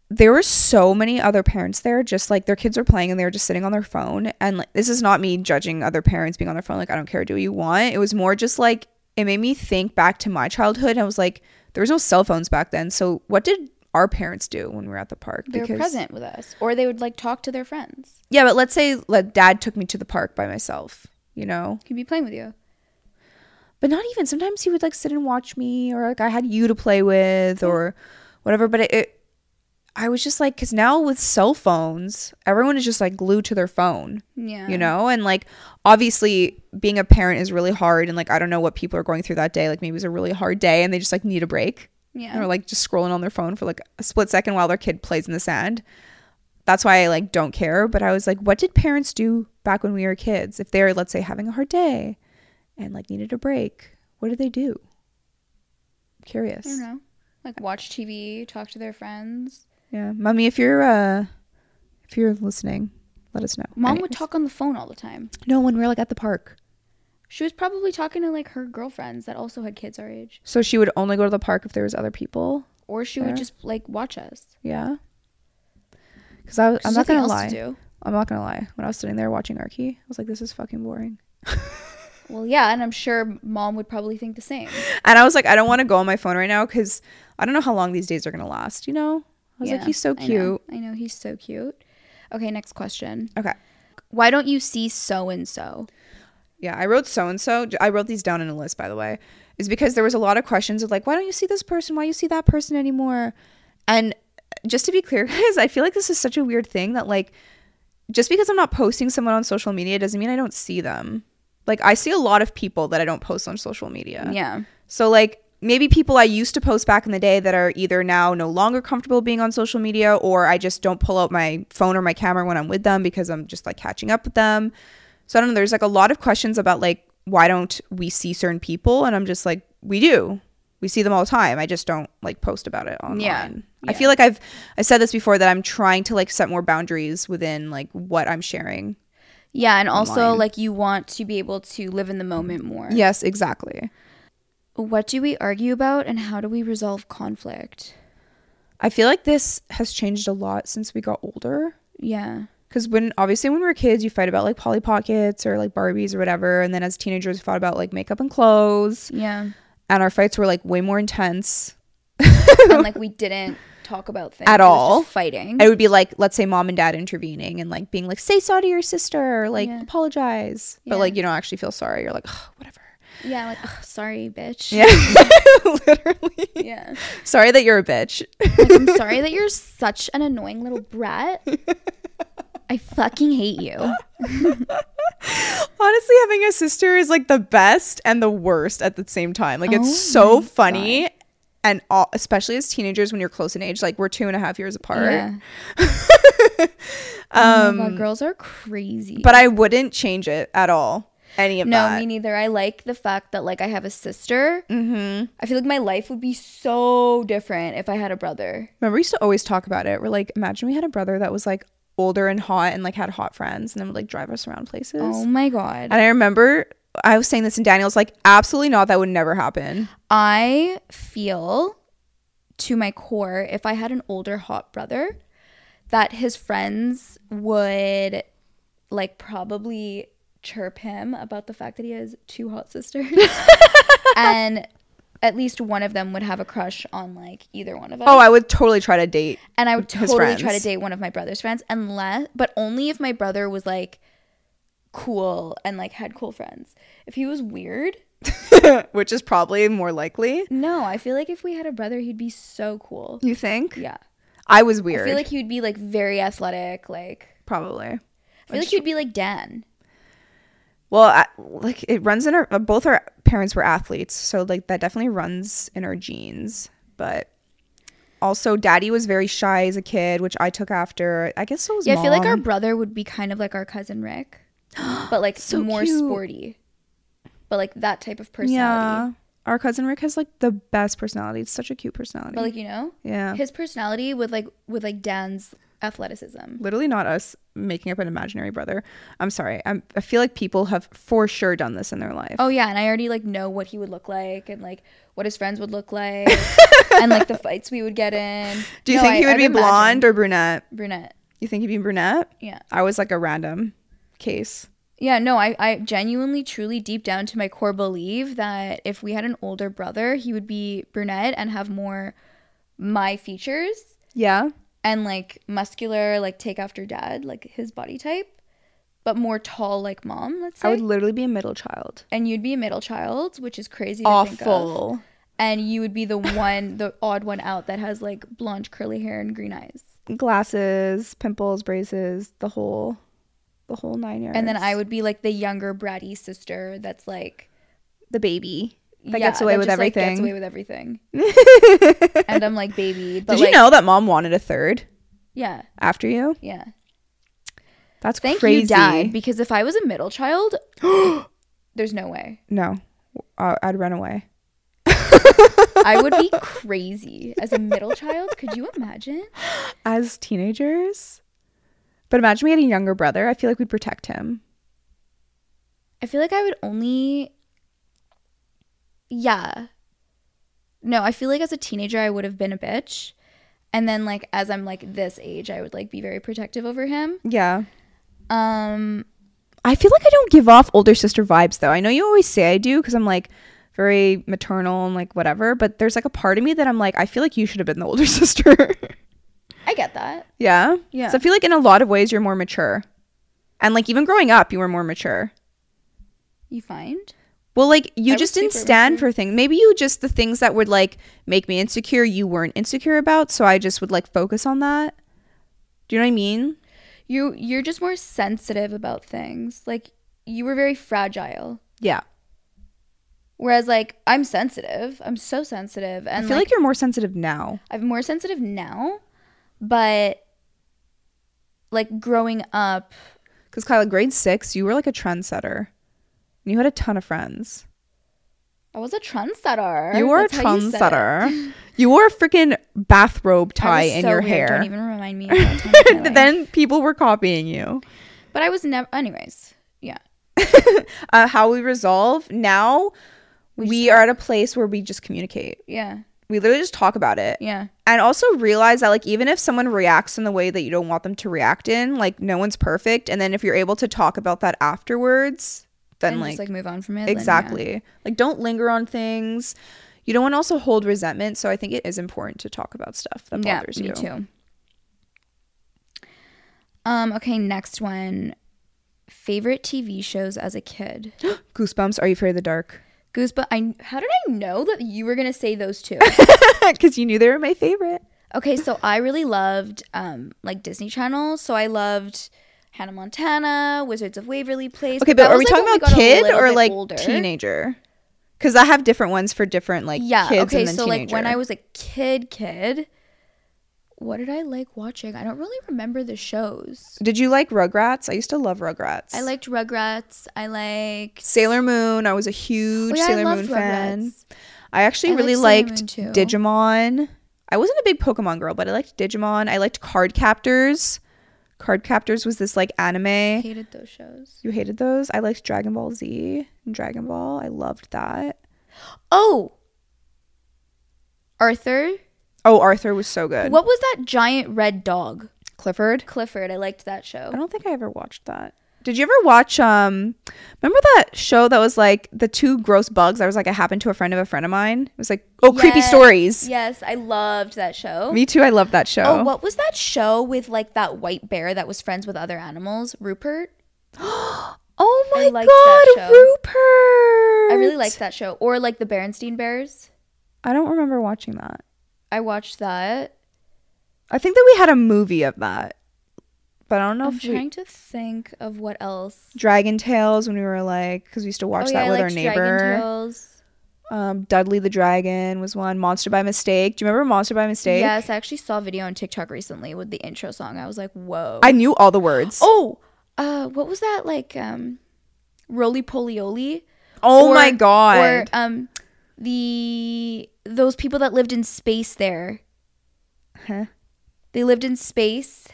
Speaker 2: there were so many other parents there. Just like their kids were playing and they were just sitting on their phone. And like, this is not me judging other parents being on their phone. Like I don't care, do what you want. It was more just like it made me think back to my childhood. And I was like, there was no cell phones back then. So what did our parents do when we were at the park?
Speaker 1: they were present with us, or they would like talk to their friends.
Speaker 2: yeah, but let's say like, dad took me to the park by myself. You know,
Speaker 1: Could be playing with you.
Speaker 2: but not even sometimes he would like sit and watch me or like i had you to play with or whatever but it, it i was just like because now with cell phones everyone is just like glued to their phone
Speaker 1: Yeah,
Speaker 2: you know and like obviously being a parent is really hard and like i don't know what people are going through that day like maybe it was a really hard day and they just like need a break
Speaker 1: Yeah,
Speaker 2: and are like just scrolling on their phone for like a split second while their kid plays in the sand that's why i like don't care but i was like what did parents do back when we were kids if they're let's say having a hard day and like needed a break what did they do
Speaker 1: I don't
Speaker 2: curious
Speaker 1: know. Like watch TV, talk to their friends.
Speaker 2: yeah mommy if you're uh if you're listening let us know
Speaker 1: Mom
Speaker 2: Any-
Speaker 1: would talk on the phone all the time.
Speaker 2: no when we were like at the park
Speaker 1: She was probably talking to like her girlfriends that also had kids our age,
Speaker 2: so she would only go to the park if there was other people
Speaker 1: or she
Speaker 2: Fair.
Speaker 1: would just like watch us.
Speaker 2: yeah because i'm
Speaker 1: There's
Speaker 2: not gonna
Speaker 1: nothing else
Speaker 2: lie
Speaker 1: to do.
Speaker 2: i'm not gonna lie when i was sitting there watching archie i was like this is fucking boring
Speaker 1: Well, yeah, and I'm sure mom would probably think the same.
Speaker 2: And I was like, I don't want to go on my phone right now because I don't know how long these days are gonna last. You know? I was
Speaker 1: Yeah,
Speaker 2: like, he's so
Speaker 1: I know.
Speaker 2: cute.
Speaker 1: I know, he's so cute. Okay, next question.
Speaker 2: Okay.
Speaker 1: Why don't you see so and so?
Speaker 2: Yeah, I wrote so and so. I wrote these down in a list, by the way, is because there was a lot of questions of like, why don't you see this person? Why you see that person anymore? And uh, just to be clear, <laughs> guys, I feel like this is such a weird thing that like, just because I'm not posting someone on social media doesn't mean I don't see them. Like, I see a lot of people that I don't post on social media.
Speaker 1: Yeah.
Speaker 2: So like maybe people I used to post back in the day that are either now no longer comfortable being on social media or I just don't pull out my phone or my camera when I'm with them because I'm just like catching up with them. So I don't know, there's like a lot of questions about like why don't we see certain people and I'm just like we do. We see them all the time. I just don't like post about it online.
Speaker 1: Yeah.
Speaker 2: I
Speaker 1: Yeah.
Speaker 2: feel like I've I said this before that I'm trying to like set more boundaries within like what I'm sharing.
Speaker 1: Yeah, and also
Speaker 2: Online.
Speaker 1: like you want to be able to live in the moment more.
Speaker 2: Yes, exactly.
Speaker 1: What do we argue about and how do we resolve conflict?
Speaker 2: I feel like this has changed a lot since we got older.
Speaker 1: Yeah.
Speaker 2: Because when obviously when we were kids, you fight about like Polly Pockets or like Barbies or whatever, and then as teenagers, we fought about like makeup and clothes, <laughs>
Speaker 1: Yeah.
Speaker 2: and our fights were like way more intense.
Speaker 1: and like we didn't talk about things
Speaker 2: At
Speaker 1: It was
Speaker 2: all.
Speaker 1: just fighting.
Speaker 2: It would be like let's say mom and dad intervening and like being like say sorry to your sister, or, like
Speaker 1: Yeah.
Speaker 2: apologize,
Speaker 1: Yeah.
Speaker 2: but like you don't actually feel sorry. You're like "Ugh, <laughs> whatever.
Speaker 1: yeah, like "Ugh, sorry, bitch.
Speaker 2: Yeah, literally.
Speaker 1: yeah.
Speaker 2: Sorry that you're a bitch.
Speaker 1: Like, I'm sorry that you're such an annoying little brat. I fucking hate you.
Speaker 2: Honestly, having a sister is like the best and the worst at the same time. Like
Speaker 1: Oh
Speaker 2: it's so funny. And all, especially as teenagers, when you're close in age, like we're two and a half years apart. <laughs>
Speaker 1: Yeah. oh my god, girls are crazy.
Speaker 2: Um, But I wouldn't change it at all. Any of
Speaker 1: no,
Speaker 2: that.
Speaker 1: me neither. I like the fact that like I have a sister. Mm-hmm. I feel like my life would be so different if I had a brother.
Speaker 2: Remember, we used to always talk about it. We're like, imagine we had a brother that was like older and hot and like had hot friends and then would like drive us around places.
Speaker 1: Oh my god.
Speaker 2: And I remember I was saying this, and Daniel's like, absolutely not. That would never happen.
Speaker 1: I feel to my core if I had an older hot brother that his friends would like probably chirp him about the fact that he has two hot
Speaker 2: <laughs>
Speaker 1: sisters. and at least one of them would have a crush on like either one of us.
Speaker 2: Oh, I would totally try to date. <laughs>
Speaker 1: and I would
Speaker 2: his
Speaker 1: totally try to
Speaker 2: friends.
Speaker 1: date one of my brother's friends, unless, but only if my brother was like cool and like had cool friends. If he was weird,
Speaker 2: which is probably more likely.
Speaker 1: no, I feel like if we had a brother, he'd be so cool.
Speaker 2: You think?
Speaker 1: Yeah,
Speaker 2: I was
Speaker 1: I
Speaker 2: weird.
Speaker 1: feel like he would be like very athletic. Like
Speaker 2: probably.
Speaker 1: I feel like he'd be like Dan.
Speaker 2: Well, I, like it runs in our uh, both our parents were athletes, so like that definitely runs in our genes. But also, daddy was very shy as a kid, which I took after. I guess so was.
Speaker 1: Yeah, I feel like our
Speaker 2: Mom.
Speaker 1: brother would be kind of like our cousin
Speaker 2: <gasps>
Speaker 1: Rick, but like
Speaker 2: So
Speaker 1: more
Speaker 2: cute.
Speaker 1: sporty, but like that type of personality.
Speaker 2: yeah, our cousin Rick has like the best personality. It's such a cute personality.
Speaker 1: But like you know,
Speaker 2: yeah,
Speaker 1: his personality with like with like Dan's athleticism.
Speaker 2: literally not us making up an imaginary brother. I'm sorry. I'm, I feel like people have for sure done this in their life.
Speaker 1: Oh yeah, and I already like know what he would look like and like what his friends would look
Speaker 2: <laughs>
Speaker 1: like and like the fights we would get in.
Speaker 2: Do you
Speaker 1: No,
Speaker 2: think
Speaker 1: I-
Speaker 2: he would
Speaker 1: I'd
Speaker 2: be
Speaker 1: imagine
Speaker 2: blonde or brunette?
Speaker 1: brunette?
Speaker 2: You think he'd be brunette?
Speaker 1: Yeah.
Speaker 2: I was like a random case.
Speaker 1: Yeah, no, I, I genuinely, truly, deep down to my core believe that if we had an older brother, he would be brunette and have more my features
Speaker 2: Yeah.
Speaker 1: and like muscular, like take after dad, like his body type, but more tall like mom, let's say.
Speaker 2: I would literally be a middle child.
Speaker 1: and you'd be a middle child, which is crazy. To think of.
Speaker 2: Awful.
Speaker 1: and you would be the one the odd one out that has like blonde curly hair and green eyes
Speaker 2: Glasses, pimples, braces, the whole the whole nine yards.
Speaker 1: and then i would be like the younger bratty sister that's like <laughs>
Speaker 2: the baby. That
Speaker 1: yeah,
Speaker 2: gets away with
Speaker 1: just, like,
Speaker 2: everything.
Speaker 1: gets away with everything and i'm like
Speaker 2: <laughs>
Speaker 1: baby but
Speaker 2: Did you
Speaker 1: like,
Speaker 2: know that mom wanted a third
Speaker 1: yeah
Speaker 2: after you?
Speaker 1: yeah
Speaker 2: That's
Speaker 1: thank
Speaker 2: crazy.
Speaker 1: you dad because if i was a middle
Speaker 2: <gasps>
Speaker 1: child there's no way
Speaker 2: No. I- I'd run
Speaker 1: <laughs>
Speaker 2: away.
Speaker 1: i would be crazy as a middle child could you imagine
Speaker 2: As teenagers? But imagine we had a younger brother. I feel like we'd protect him.
Speaker 1: i feel like i would only yeah no i feel like as a teenager i would have been a bitch and then like as i'm like this age i would like be very protective over him
Speaker 2: Yeah.
Speaker 1: um
Speaker 2: I feel like I don't give off older sister vibes though. I know you always say I do because I'm like very maternal and like whatever, but there's like a part of me that I'm like, I feel like you should have been the older <laughs> sister.
Speaker 1: I get that.
Speaker 2: yeah.
Speaker 1: Yeah.
Speaker 2: So I feel like in a lot of ways you're more mature. And like even growing up, you were more mature.
Speaker 1: You find?
Speaker 2: Well, like you
Speaker 1: I
Speaker 2: just
Speaker 1: was
Speaker 2: didn't
Speaker 1: super
Speaker 2: stand
Speaker 1: mature.
Speaker 2: for things. Maybe you just the things that would like make me insecure, you weren't insecure about, so I just would like focus on that. Do you know what I mean?
Speaker 1: You you're just more sensitive about things. Like you were very fragile.
Speaker 2: Yeah.
Speaker 1: Whereas like I'm sensitive. I'm so sensitive and
Speaker 2: I feel like you're more sensitive now.
Speaker 1: I'm more sensitive now, but like growing up,
Speaker 2: Because Kyla, grade six, you were like a trendsetter. And you had a ton of friends.
Speaker 1: I was a trendsetter.
Speaker 2: You were a
Speaker 1: That's how you said it. <laughs>
Speaker 2: trendsetter. You wore a freaking bathrobe
Speaker 1: I
Speaker 2: tie
Speaker 1: was
Speaker 2: in
Speaker 1: so
Speaker 2: your
Speaker 1: weird. Don't
Speaker 2: <laughs> hair.
Speaker 1: even remind me. Of that time of my life.
Speaker 2: then people were copying you.
Speaker 1: but I was never. Anyways, yeah.
Speaker 2: Uh, how we resolve now, we,
Speaker 1: just
Speaker 2: are at a place where we just communicate.
Speaker 1: Yeah.
Speaker 2: We literally just talk about it.
Speaker 1: Yeah.
Speaker 2: And also realize that, like, even if someone reacts in the way that you don't want them to react in, like, no one's perfect. And then if you're able to talk about that afterwards, then,
Speaker 1: and
Speaker 2: like,
Speaker 1: just like move on from it. then, yeah.
Speaker 2: Exactly. Like don't linger on things. You don't want to also hold resentment, so I think it is important to talk about stuff that
Speaker 1: Yeah.
Speaker 2: bothers
Speaker 1: me
Speaker 2: you.
Speaker 1: too. Um. Okay. Next one. Favorite TV shows as a kid.
Speaker 2: Goosebumps, Are You Afraid of
Speaker 1: <laughs>
Speaker 2: the Dark?
Speaker 1: Goosebumps. I. How did I know that you were gonna say those two?
Speaker 2: Because you knew they were my favorite.
Speaker 1: Okay, so I really loved um like Disney Channel. So I loved Hannah Montana, Wizards of Waverly Place.
Speaker 2: Okay,
Speaker 1: that
Speaker 2: but are we
Speaker 1: was, like,
Speaker 2: talking
Speaker 1: when
Speaker 2: about
Speaker 1: got a
Speaker 2: kid
Speaker 1: little
Speaker 2: or
Speaker 1: bit
Speaker 2: like
Speaker 1: older.
Speaker 2: teenager? Because I have different ones for different like
Speaker 1: Yeah.
Speaker 2: kids
Speaker 1: okay,
Speaker 2: and then
Speaker 1: so
Speaker 2: teenager.
Speaker 1: like when I was a kid, kid, what did I like watching? I don't really remember the shows.
Speaker 2: Did you like Rugrats? I used to love Rugrats.
Speaker 1: I liked Rugrats. I liked
Speaker 2: Sailor Moon. I was a huge
Speaker 1: Oh, yeah, I
Speaker 2: Sailor
Speaker 1: loved
Speaker 2: Moon fan.
Speaker 1: Rugrats.
Speaker 2: I actually
Speaker 1: I
Speaker 2: really
Speaker 1: liked
Speaker 2: liked
Speaker 1: Sailor Moon too.
Speaker 2: Digimon. I wasn't a big Pokemon girl, but I liked Digimon. I liked Card Captors. Card Captors was this like anime.
Speaker 1: Hated those shows.
Speaker 2: You hated those. I liked Dragon Ball Z and Dragon Ball. I loved that.
Speaker 1: Oh, Arthur.
Speaker 2: Oh, Arthur was so good.
Speaker 1: What was that giant red dog?
Speaker 2: Clifford?
Speaker 1: Clifford. I liked that show.
Speaker 2: I don't think I ever watched that. Did you ever watch um remember that show that was like the two gross bugs that was like I happened to a friend of a friend of mine? It was like oh creepy
Speaker 1: Yes,
Speaker 2: stories.
Speaker 1: Yes, I loved that show.
Speaker 2: Me too, I love that show.
Speaker 1: Oh, what was that show with like that white bear that was friends with other animals? Rupert.
Speaker 2: Oh
Speaker 1: I
Speaker 2: my
Speaker 1: liked that
Speaker 2: god,
Speaker 1: show.
Speaker 2: Rupert!
Speaker 1: I really liked that show. Or like the Berenstein Bears.
Speaker 2: I don't remember watching that.
Speaker 1: I watched that.
Speaker 2: I think that we had a movie of that, but I don't know
Speaker 1: I'm
Speaker 2: if we,
Speaker 1: trying to think of what else.
Speaker 2: Dragon Tales when we were like because we used to watch that
Speaker 1: I
Speaker 2: with our
Speaker 1: liked Oh, Dragon
Speaker 2: neighbor.
Speaker 1: Tales.
Speaker 2: Um, Dudley the Dragon was one. Monster by Mistake. Do you remember Monster by Mistake?
Speaker 1: Yes, I actually saw a video on TikTok recently with the intro song. I was like, whoa.
Speaker 2: I knew all the words. Oh,
Speaker 1: oh, uh, what was that like? Um, Roly Poly Oly. or-
Speaker 2: Oh my god!
Speaker 1: Or um, the those people that lived in space there.
Speaker 2: Huh?
Speaker 1: They lived in space.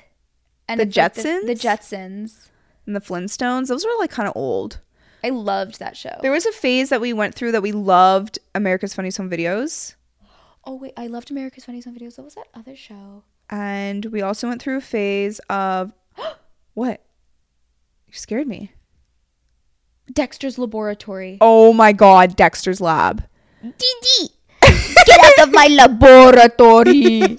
Speaker 1: And
Speaker 2: The
Speaker 1: it's like The, the
Speaker 2: Jetsons?
Speaker 1: Jetsons.
Speaker 2: and the Flintstones. Those were like kind of old.
Speaker 1: I loved that show.
Speaker 2: There was a phase that we went through that we loved America's Funniest Home Videos.
Speaker 1: oh wait, I loved America's Funniest Home Videos. What was that other show?
Speaker 2: And we also went through a phase of <gasps> what? You scared me.
Speaker 1: Dexter's Laboratory.
Speaker 2: Oh my god, Dexter's Lab. <gasps>
Speaker 1: DD, Oh. <laughs> get out of my
Speaker 2: <laughs>
Speaker 1: laboratory.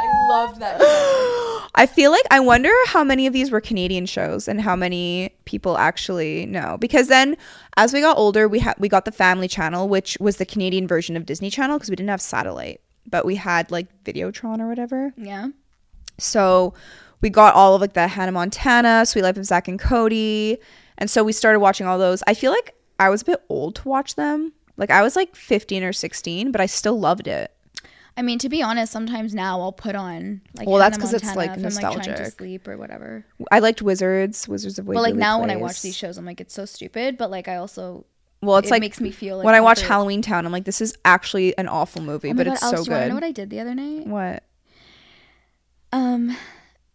Speaker 1: I loved that. Show.
Speaker 2: I feel like I wonder how many of these were Canadian shows and how many people actually know. Because then as we got older, we had we got the Family Channel, which was the Canadian version of Disney Channel because we didn't have satellite, but we had like Videotron or whatever.
Speaker 1: Yeah.
Speaker 2: So we got all of like the Hannah Montana, Sweet Life of Zach and Cody. And so we started watching all those. I feel like I was a bit old to watch them. Like I was like 15 or 16, but I still loved it.
Speaker 1: I mean, to be honest, sometimes now I'll put on like
Speaker 2: Well, that's
Speaker 1: Hannah
Speaker 2: 'cause it's,
Speaker 1: Montana
Speaker 2: like,
Speaker 1: if I'm, trying to
Speaker 2: nostalgic.
Speaker 1: sleep or whatever.
Speaker 2: I liked Wizards, Wizards of Waverly
Speaker 1: but like now when I
Speaker 2: Place.
Speaker 1: watch these shows, I'm like it's so stupid. But like I also
Speaker 2: well, it's
Speaker 1: it
Speaker 2: like
Speaker 1: makes me feel like
Speaker 2: when I watch
Speaker 1: comfort.
Speaker 2: Halloween Town, I'm like, this is actually an awful movie,
Speaker 1: Oh my
Speaker 2: but
Speaker 1: God,
Speaker 2: it's
Speaker 1: Alice,
Speaker 2: so
Speaker 1: do you wanna
Speaker 2: good.
Speaker 1: know what I did the other night?
Speaker 2: what?
Speaker 1: Um,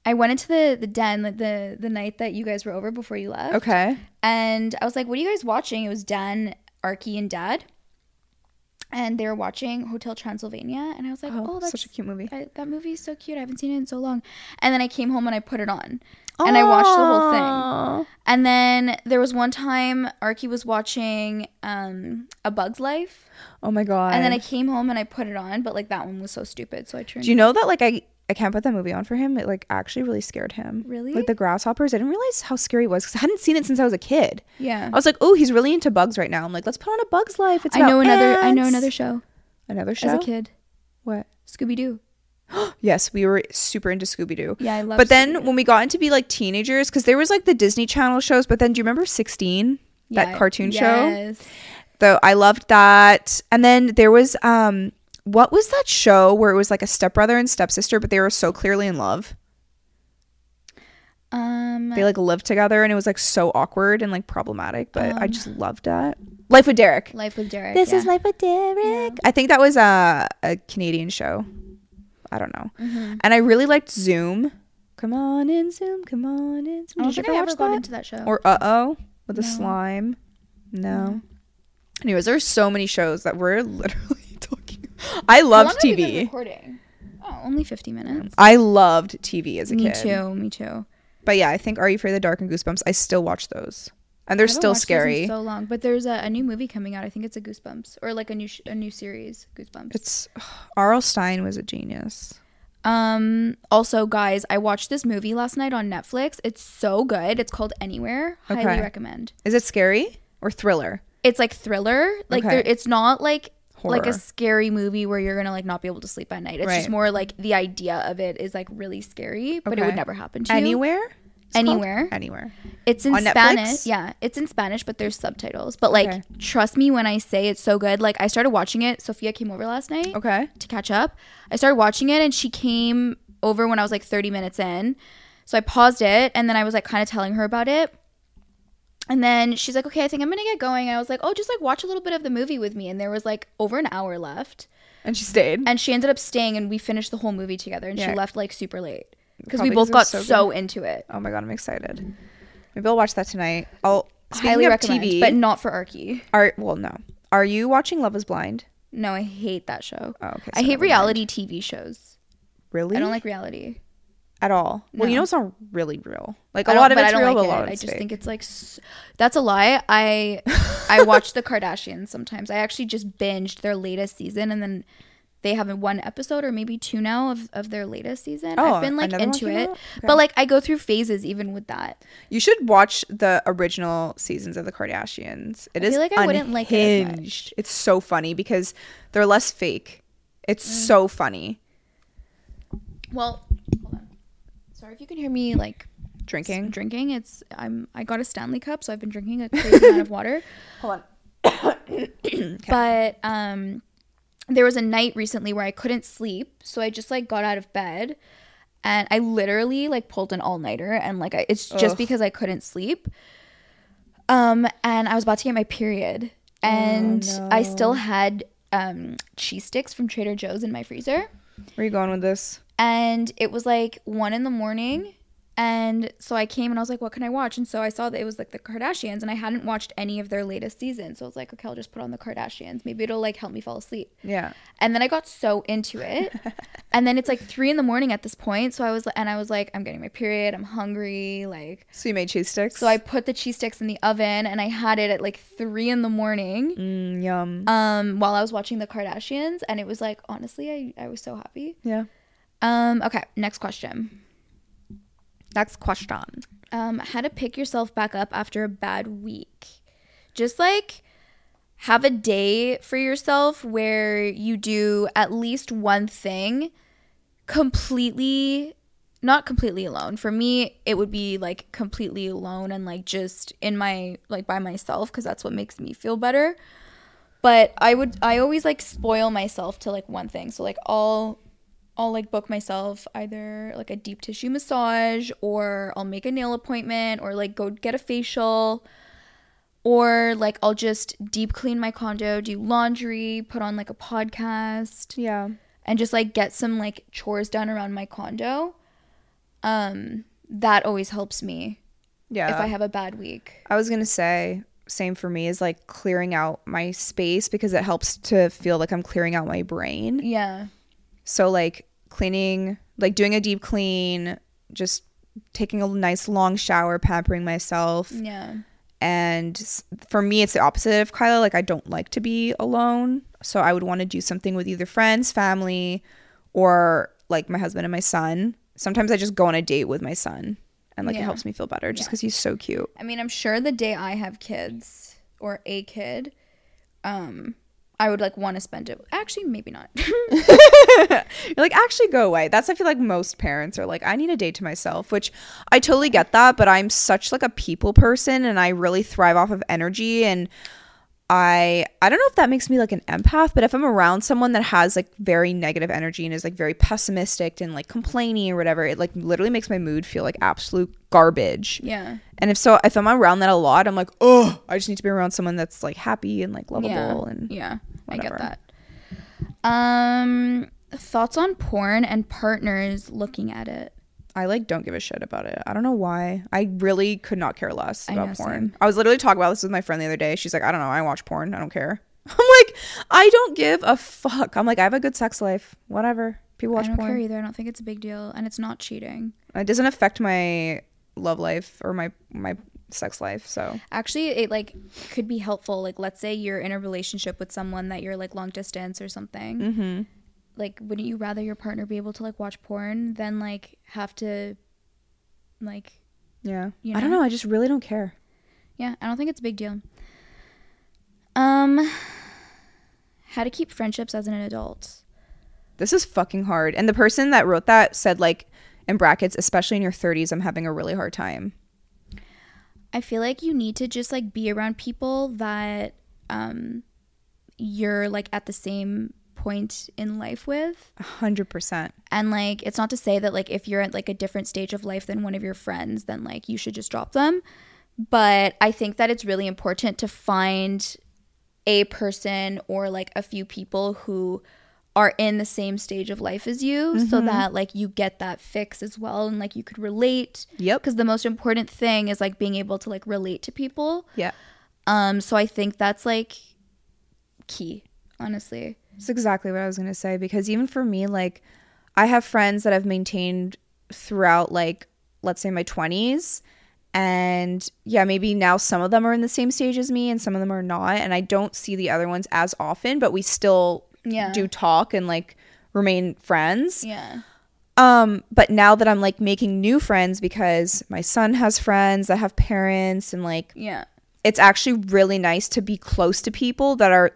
Speaker 1: I went into the the den like the the night that you guys were over before you left.
Speaker 2: Okay.
Speaker 1: And I was like, "What are you guys watching?" It was Dan, Arky, and Dad, and they were watching Hotel Transylvania. And I was like, "Oh, that's
Speaker 2: such a cute movie.
Speaker 1: I, that movie is so cute. I haven't seen it in so long." And then I came home and I put it on, and I watched the whole thing.
Speaker 2: Aw.
Speaker 1: And then there was one time Arky was watching um, A Bug's Life,
Speaker 2: Oh my god.
Speaker 1: and then I came home and I put it on, but like that one was so stupid, so I turned.
Speaker 2: Do you know that like I I can't put that movie on for him. It like actually really scared him.
Speaker 1: Really?
Speaker 2: Like the grasshoppers. I didn't realize how scary it was because I hadn't seen it since I was a kid.
Speaker 1: yeah,
Speaker 2: I was like, oh, he's really into bugs right now. I'm like, let's put on a Bugs Life. It's
Speaker 1: I know
Speaker 2: about
Speaker 1: another. I know
Speaker 2: ants."
Speaker 1: another show,
Speaker 2: another show.
Speaker 1: as a kid,
Speaker 2: What?
Speaker 1: Scooby Doo.
Speaker 2: <gasps> Yes, we were super into Scooby Doo.
Speaker 1: Yeah, I love.
Speaker 2: But then when we got into be like teenagers, because there was like the Disney Channel shows. But then do you remember Sixteen? that cartoon show.
Speaker 1: show.
Speaker 2: Though I loved that. And then there was um, what was that show where it was like a stepbrother and stepsister, but they were so clearly in love.
Speaker 1: Um,
Speaker 2: They like lived together, and it was like so awkward and like problematic. But I just loved that. Life with Derek.
Speaker 1: Um. Life with Derek.
Speaker 2: This
Speaker 1: yeah.
Speaker 2: is Life with Derek. I think that was a, a Canadian show. I don't know.
Speaker 1: Mm-hmm.
Speaker 2: And I really liked Zoom. Come on in, Zoom. Come on in.
Speaker 1: I
Speaker 2: Zoom.
Speaker 1: don't
Speaker 2: Did you
Speaker 1: think
Speaker 2: ever
Speaker 1: I
Speaker 2: watch
Speaker 1: ever
Speaker 2: that?
Speaker 1: got into that show.
Speaker 2: or Uh Oh with the
Speaker 1: No.
Speaker 2: slime. No. Anyways, there's so many shows that we're <laughs> literally talking. I
Speaker 1: How
Speaker 2: loved
Speaker 1: long have we been
Speaker 2: TV.
Speaker 1: recording? Oh, only 50 minutes.
Speaker 2: I loved TV as a
Speaker 1: Me
Speaker 2: kid.
Speaker 1: too. Me too.
Speaker 2: But yeah, I think Are You Afraid of the Dark and Goosebumps. I still watch those, and they're
Speaker 1: I haven't
Speaker 2: still
Speaker 1: watched those in
Speaker 2: scary.
Speaker 1: So long, but there's a, a new movie coming out. I think it's a Goosebumps or like a new sh- a new series Goosebumps.
Speaker 2: it's <sighs> R.L. Stein was a genius.
Speaker 1: Um. Also, guys, I watched this movie last night on Netflix. It's so good. It's called Anywhere.
Speaker 2: Okay.
Speaker 1: Highly recommend.
Speaker 2: Is it scary or thriller?
Speaker 1: It's like thriller. Like
Speaker 2: Okay.
Speaker 1: there, it's not like like a
Speaker 2: Horror.
Speaker 1: scary movie where you're gonna like not be able to sleep at night. It's
Speaker 2: Right.
Speaker 1: just more like the idea of it is like really scary, but it
Speaker 2: Okay.
Speaker 1: would never happen to you.
Speaker 2: Anywhere? It's called?
Speaker 1: Anywhere.
Speaker 2: Anywhere.
Speaker 1: It's in
Speaker 2: On Netflix?
Speaker 1: Spanish. Yeah, it's in Spanish, but there's subtitles. But like,
Speaker 2: Okay.
Speaker 1: trust me when I say it's so good. Like, I started watching it. Sophia came over last night
Speaker 2: Okay.
Speaker 1: to catch up. I started watching it, and she came over when I was like 30 minutes in. So I paused it, and then I was like kind of telling her about it. And then she's like, "Okay, I think I'm gonna get going." And I was like, "Oh, just like watch a little bit of the movie with me." And there was like over an hour left,
Speaker 2: And she stayed.
Speaker 1: and she ended up staying, and we finished the whole movie together. And
Speaker 2: Yeah.
Speaker 1: she left like super late because
Speaker 2: Probably
Speaker 1: we
Speaker 2: 'cause
Speaker 1: both
Speaker 2: it was
Speaker 1: got
Speaker 2: so
Speaker 1: so,
Speaker 2: good.
Speaker 1: into it.
Speaker 2: oh my god, I'm excited. Maybe I'll watch that tonight. I'll speaking
Speaker 1: Highly
Speaker 2: of
Speaker 1: recommend,
Speaker 2: TV,
Speaker 1: but not for Arky.
Speaker 2: are well no. Are you watching Love is Blind?
Speaker 1: No, I hate that show.
Speaker 2: Oh, okay.
Speaker 1: I hate
Speaker 2: so never mind.
Speaker 1: reality TV shows.
Speaker 2: Really?
Speaker 1: I don't like reality.
Speaker 2: at all. Well, you
Speaker 1: No.
Speaker 2: know it's not really real. Like
Speaker 1: I
Speaker 2: a
Speaker 1: don't-
Speaker 2: lot of
Speaker 1: but
Speaker 2: it's
Speaker 1: I don't
Speaker 2: real,
Speaker 1: like
Speaker 2: but a lot
Speaker 1: it.
Speaker 2: of
Speaker 1: I
Speaker 2: it's
Speaker 1: just
Speaker 2: fake.
Speaker 1: think it's like s- that's a lie. I
Speaker 2: <laughs>
Speaker 1: I watch the Kardashians sometimes. I actually just binged their latest season and then they have one episode or maybe two now of, of their latest season.
Speaker 2: Oh,
Speaker 1: I've been like
Speaker 2: another one
Speaker 1: into
Speaker 2: came
Speaker 1: it.
Speaker 2: out? Okay.
Speaker 1: But like I go through phases even with that.
Speaker 2: you should watch the original seasons of the Kardashians. It
Speaker 1: I
Speaker 2: is
Speaker 1: feel like I wouldn't like it as much.
Speaker 2: unhinged. It's so funny because they're less fake. It's
Speaker 1: Mm.
Speaker 2: so funny.
Speaker 1: Well, hold on. Sorry if you can hear me like
Speaker 2: Drinking.
Speaker 1: drinking. It's I'm I got a Stanley cup, so I've been drinking a crazy amount of water.
Speaker 2: <laughs> Hold on.
Speaker 1: <coughs> But um there was a night recently where I couldn't sleep, so I just like got out of bed and I literally like pulled an all-nighter and like I, it's just
Speaker 2: Ugh.
Speaker 1: because I couldn't sleep. Um and I was about to get my period
Speaker 2: Oh,
Speaker 1: and I still had um cheese sticks from Trader Joe's in my freezer
Speaker 2: Where are you going with this?
Speaker 1: and it was like one in the morning and so i came and i was like what can i watch and so i saw that it was like the kardashians and i hadn't watched any of their latest season so i was like okay i'll just put on the kardashians maybe it'll like help me fall asleep
Speaker 2: Yeah.
Speaker 1: and then i got so into it and then it's like three in the morning at this point so i was and i was like i'm getting my period i'm hungry like
Speaker 2: So you made cheese sticks.
Speaker 1: so i put the cheese sticks in the oven and i had it at like three in the morning
Speaker 2: mm, yum.
Speaker 1: um while i was watching the kardashians and it was like honestly i, I was so happy
Speaker 2: yeah.
Speaker 1: um okay next question
Speaker 2: Next question.
Speaker 1: um, how to pick yourself back up after a bad week. Just like have a day for yourself where you do at least one thing completely not completely alone. For me, it would be like completely alone and like just in my like by myself cuz that's what makes me feel better. But I would I always like spoil myself to like one thing. So like I'll I'll like book myself either like a deep tissue massage or I'll make a nail appointment or like go get a facial or like I'll just deep clean my condo, do laundry, put on like a podcast
Speaker 2: Yeah.
Speaker 1: and just like get some like chores done around my condo. Um that always helps me
Speaker 2: Yeah.
Speaker 1: if I have a bad week.
Speaker 2: I was gonna say same for me is like clearing out my space because it helps to feel like I'm clearing out my brain.
Speaker 1: Yeah.
Speaker 2: So like cleaning, like doing a deep clean, just taking a nice long shower, pampering myself.
Speaker 1: Yeah.
Speaker 2: And s- for me, it's the opposite of Kyla. Like, I don't like to be alone. So I would want to do something with either friends, family, or like my husband and my son. Sometimes I just go on a date with my son and like it
Speaker 1: Yeah.
Speaker 2: helps me feel better just because he's so cute.
Speaker 1: I mean, I'm sure the day I have kids or a kid, um, I would like want to spend it. Actually, maybe not. <laughs>
Speaker 2: You're like, actually go away. That's I feel like most parents are like, I need a day to myself, which I totally get that, but I'm such like a people person and I really thrive off of energy and I I don't know if that makes me like an empath, but if I'm around someone that has like very negative energy and is like very pessimistic and like complaining or whatever, it like literally makes my mood feel like absolute garbage.
Speaker 1: yeah.
Speaker 2: And if so, if I'm around that a lot, I'm like, oh, I just need to be around someone that's like happy and like
Speaker 1: Yeah.
Speaker 2: lovable and
Speaker 1: Yeah. I
Speaker 2: whatever.
Speaker 1: get that. Um, thoughts on porn and partners looking at it.
Speaker 2: I like don't give a shit about it. I don't know why. I really could not care less
Speaker 1: I
Speaker 2: about
Speaker 1: know,
Speaker 2: porn.
Speaker 1: same.
Speaker 2: I was literally talking about this with my friend the other day. She's like, I don't know. I watch porn. I don't care. <laughs> I'm like, I don't give a fuck. I'm like, I have a good sex life. Whatever. People watch
Speaker 1: I don't
Speaker 2: porn.
Speaker 1: care either. I don't think it's a big deal, and it's not cheating.
Speaker 2: It doesn't affect my love life or my my sex life. So
Speaker 1: Actually, it like could be helpful. Like, let's say you're in a relationship with someone that you're like long distance or something.
Speaker 2: mm-hmm.
Speaker 1: like wouldn't you rather your partner be able to like watch porn than like have to like
Speaker 2: yeah.
Speaker 1: You
Speaker 2: I don't
Speaker 1: know?
Speaker 2: know. I just really don't care.
Speaker 1: yeah i don't think it's a big deal um how to keep friendships as an adult
Speaker 2: This is fucking hard. And the person that wrote that said like in brackets, especially in your 30s, I'm having a really hard time.
Speaker 1: i feel like you need to just like be around people that um you're like at the same point in life with
Speaker 2: A hundred percent.
Speaker 1: and like it's not to say that like if you're at like a different stage of life than one of your friends then like you should just drop them but i think that it's really important to find a person or like a few people who are in the same stage of life as you so
Speaker 2: Mm-hmm.
Speaker 1: that like you get that fix as well and like you could relate
Speaker 2: Yep.
Speaker 1: because the most important thing is like being able to like relate to people
Speaker 2: Yeah.
Speaker 1: um so i think that's like key honestly
Speaker 2: That's exactly what I was going to say because even for me, like, I have friends that I've maintained throughout, like, let's say my 20s. And yeah, maybe now some of them are in the same stage as me and some of them are not. And I don't see the other ones as often, but we still
Speaker 1: Yeah.
Speaker 2: do talk and like remain friends.
Speaker 1: yeah
Speaker 2: Um, but now that I'm like making new friends because my son has friends that have parents and like
Speaker 1: yeah
Speaker 2: it's actually really nice to be close to people that are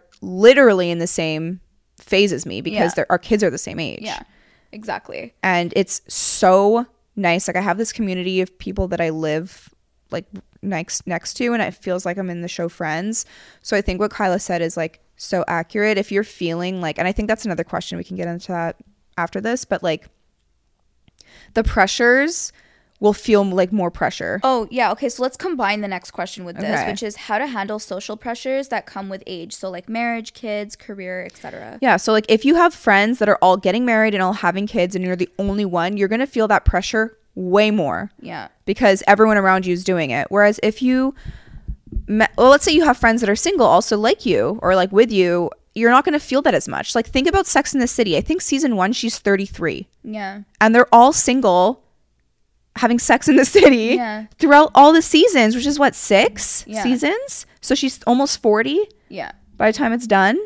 Speaker 2: literally in the same phase as me because
Speaker 1: Yeah.
Speaker 2: they're our kids are the same age.
Speaker 1: yeah exactly
Speaker 2: And it's so nice. Like I have this community of people that I live like next next to and it feels like I'm in the show friends. So I think what Kyla said is like so accurate. If you're feeling like and I think that's another question we can get into that after this, but like the pressures will feel like more pressure.
Speaker 1: Oh, yeah. Okay. So let's combine the next question with this,
Speaker 2: Okay.
Speaker 1: which is how to handle social pressures that come with age. So, like marriage, kids, career, etc.
Speaker 2: Yeah. So, like, if you have friends that are all getting married and all having kids and you're the only one, you're going to feel that pressure way more
Speaker 1: Yeah.
Speaker 2: because everyone around you is doing it. Whereas if you, me- well, let's say you have friends that are single also like you or like with you, you're not going to feel that as much. Like, think about Sex in the City. I think season one, she's 33
Speaker 1: Yeah.
Speaker 2: and they're all single having sex in the <laughs> city
Speaker 1: Yeah.
Speaker 2: throughout all the seasons, which is what, six
Speaker 1: Yeah.
Speaker 2: seasons? So she's almost 40
Speaker 1: Yeah.
Speaker 2: by the time it's done.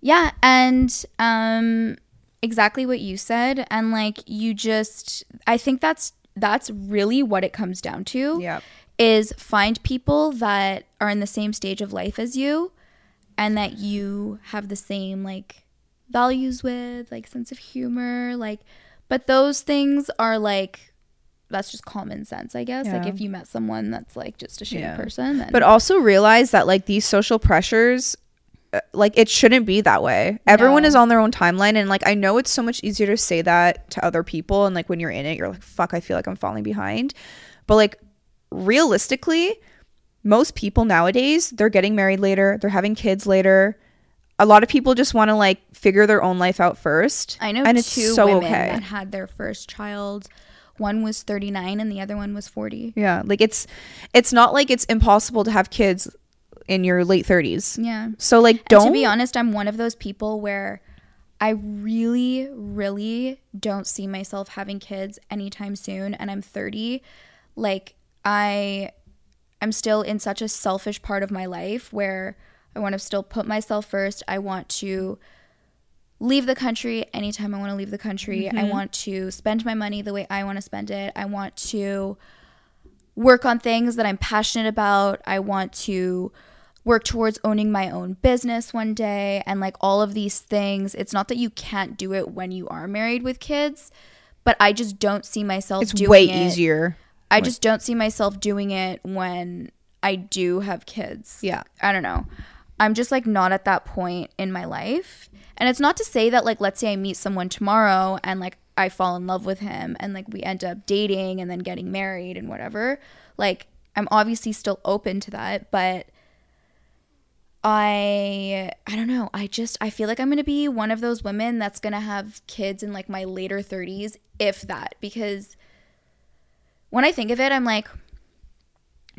Speaker 1: Yeah. And um, exactly what you said. And like you just, I think that's that's really what it comes down to. Is find people that are in the same stage of life as you, and that you have the same like values with, like sense of humor, like but those things are like that's just common sense, I guess. Like
Speaker 2: Yeah.
Speaker 1: if you met someone that's like just a shitty
Speaker 2: Yeah.
Speaker 1: person, then
Speaker 2: but also realize that like these social pressures uh, like it shouldn't be that way everyone
Speaker 1: No.
Speaker 2: is on their own timeline and like i know it's so much easier to say that to other people and like when you're in it you're like fuck i feel like i'm falling behind but like realistically most people nowadays they're getting married later they're having kids later a lot of people just want to like figure their own life out first
Speaker 1: I know
Speaker 2: and it's
Speaker 1: two
Speaker 2: so
Speaker 1: women
Speaker 2: okay
Speaker 1: that had their first child. One was 39 and the other one was 40.
Speaker 2: yeah like it's it's not like it's impossible to have kids in your late 30s
Speaker 1: Yeah.
Speaker 2: so like
Speaker 1: And
Speaker 2: don't
Speaker 1: to be honest, I'm one of those people where I really, really don't see myself having kids anytime soon, and I'm 30. Like, I I'm still in such a selfish part of my life where I want to still put myself first. I want to leave the country anytime I want to leave the country.
Speaker 2: Mm-hmm.
Speaker 1: I want to spend my money the way I want to spend it. I want to work on things that I'm passionate about. I want to work towards owning my own business one day and like all of these things. It's not that you can't do it when you are married with kids, but I just don't see myself
Speaker 2: It's
Speaker 1: doing
Speaker 2: way
Speaker 1: it.
Speaker 2: easier.
Speaker 1: I just don't see myself doing it when I do have kids.
Speaker 2: Yeah.
Speaker 1: I don't know. I'm just like not at that point in my life. And it's not to say that like let's say I meet someone tomorrow and like I fall in love with him and like we end up dating and then getting married and whatever. Like I'm obviously still open to that, but I I don't know. I just I feel like I'm going to be one of those women that's going to have kids in like my later 30s if that because when I think of it, I'm like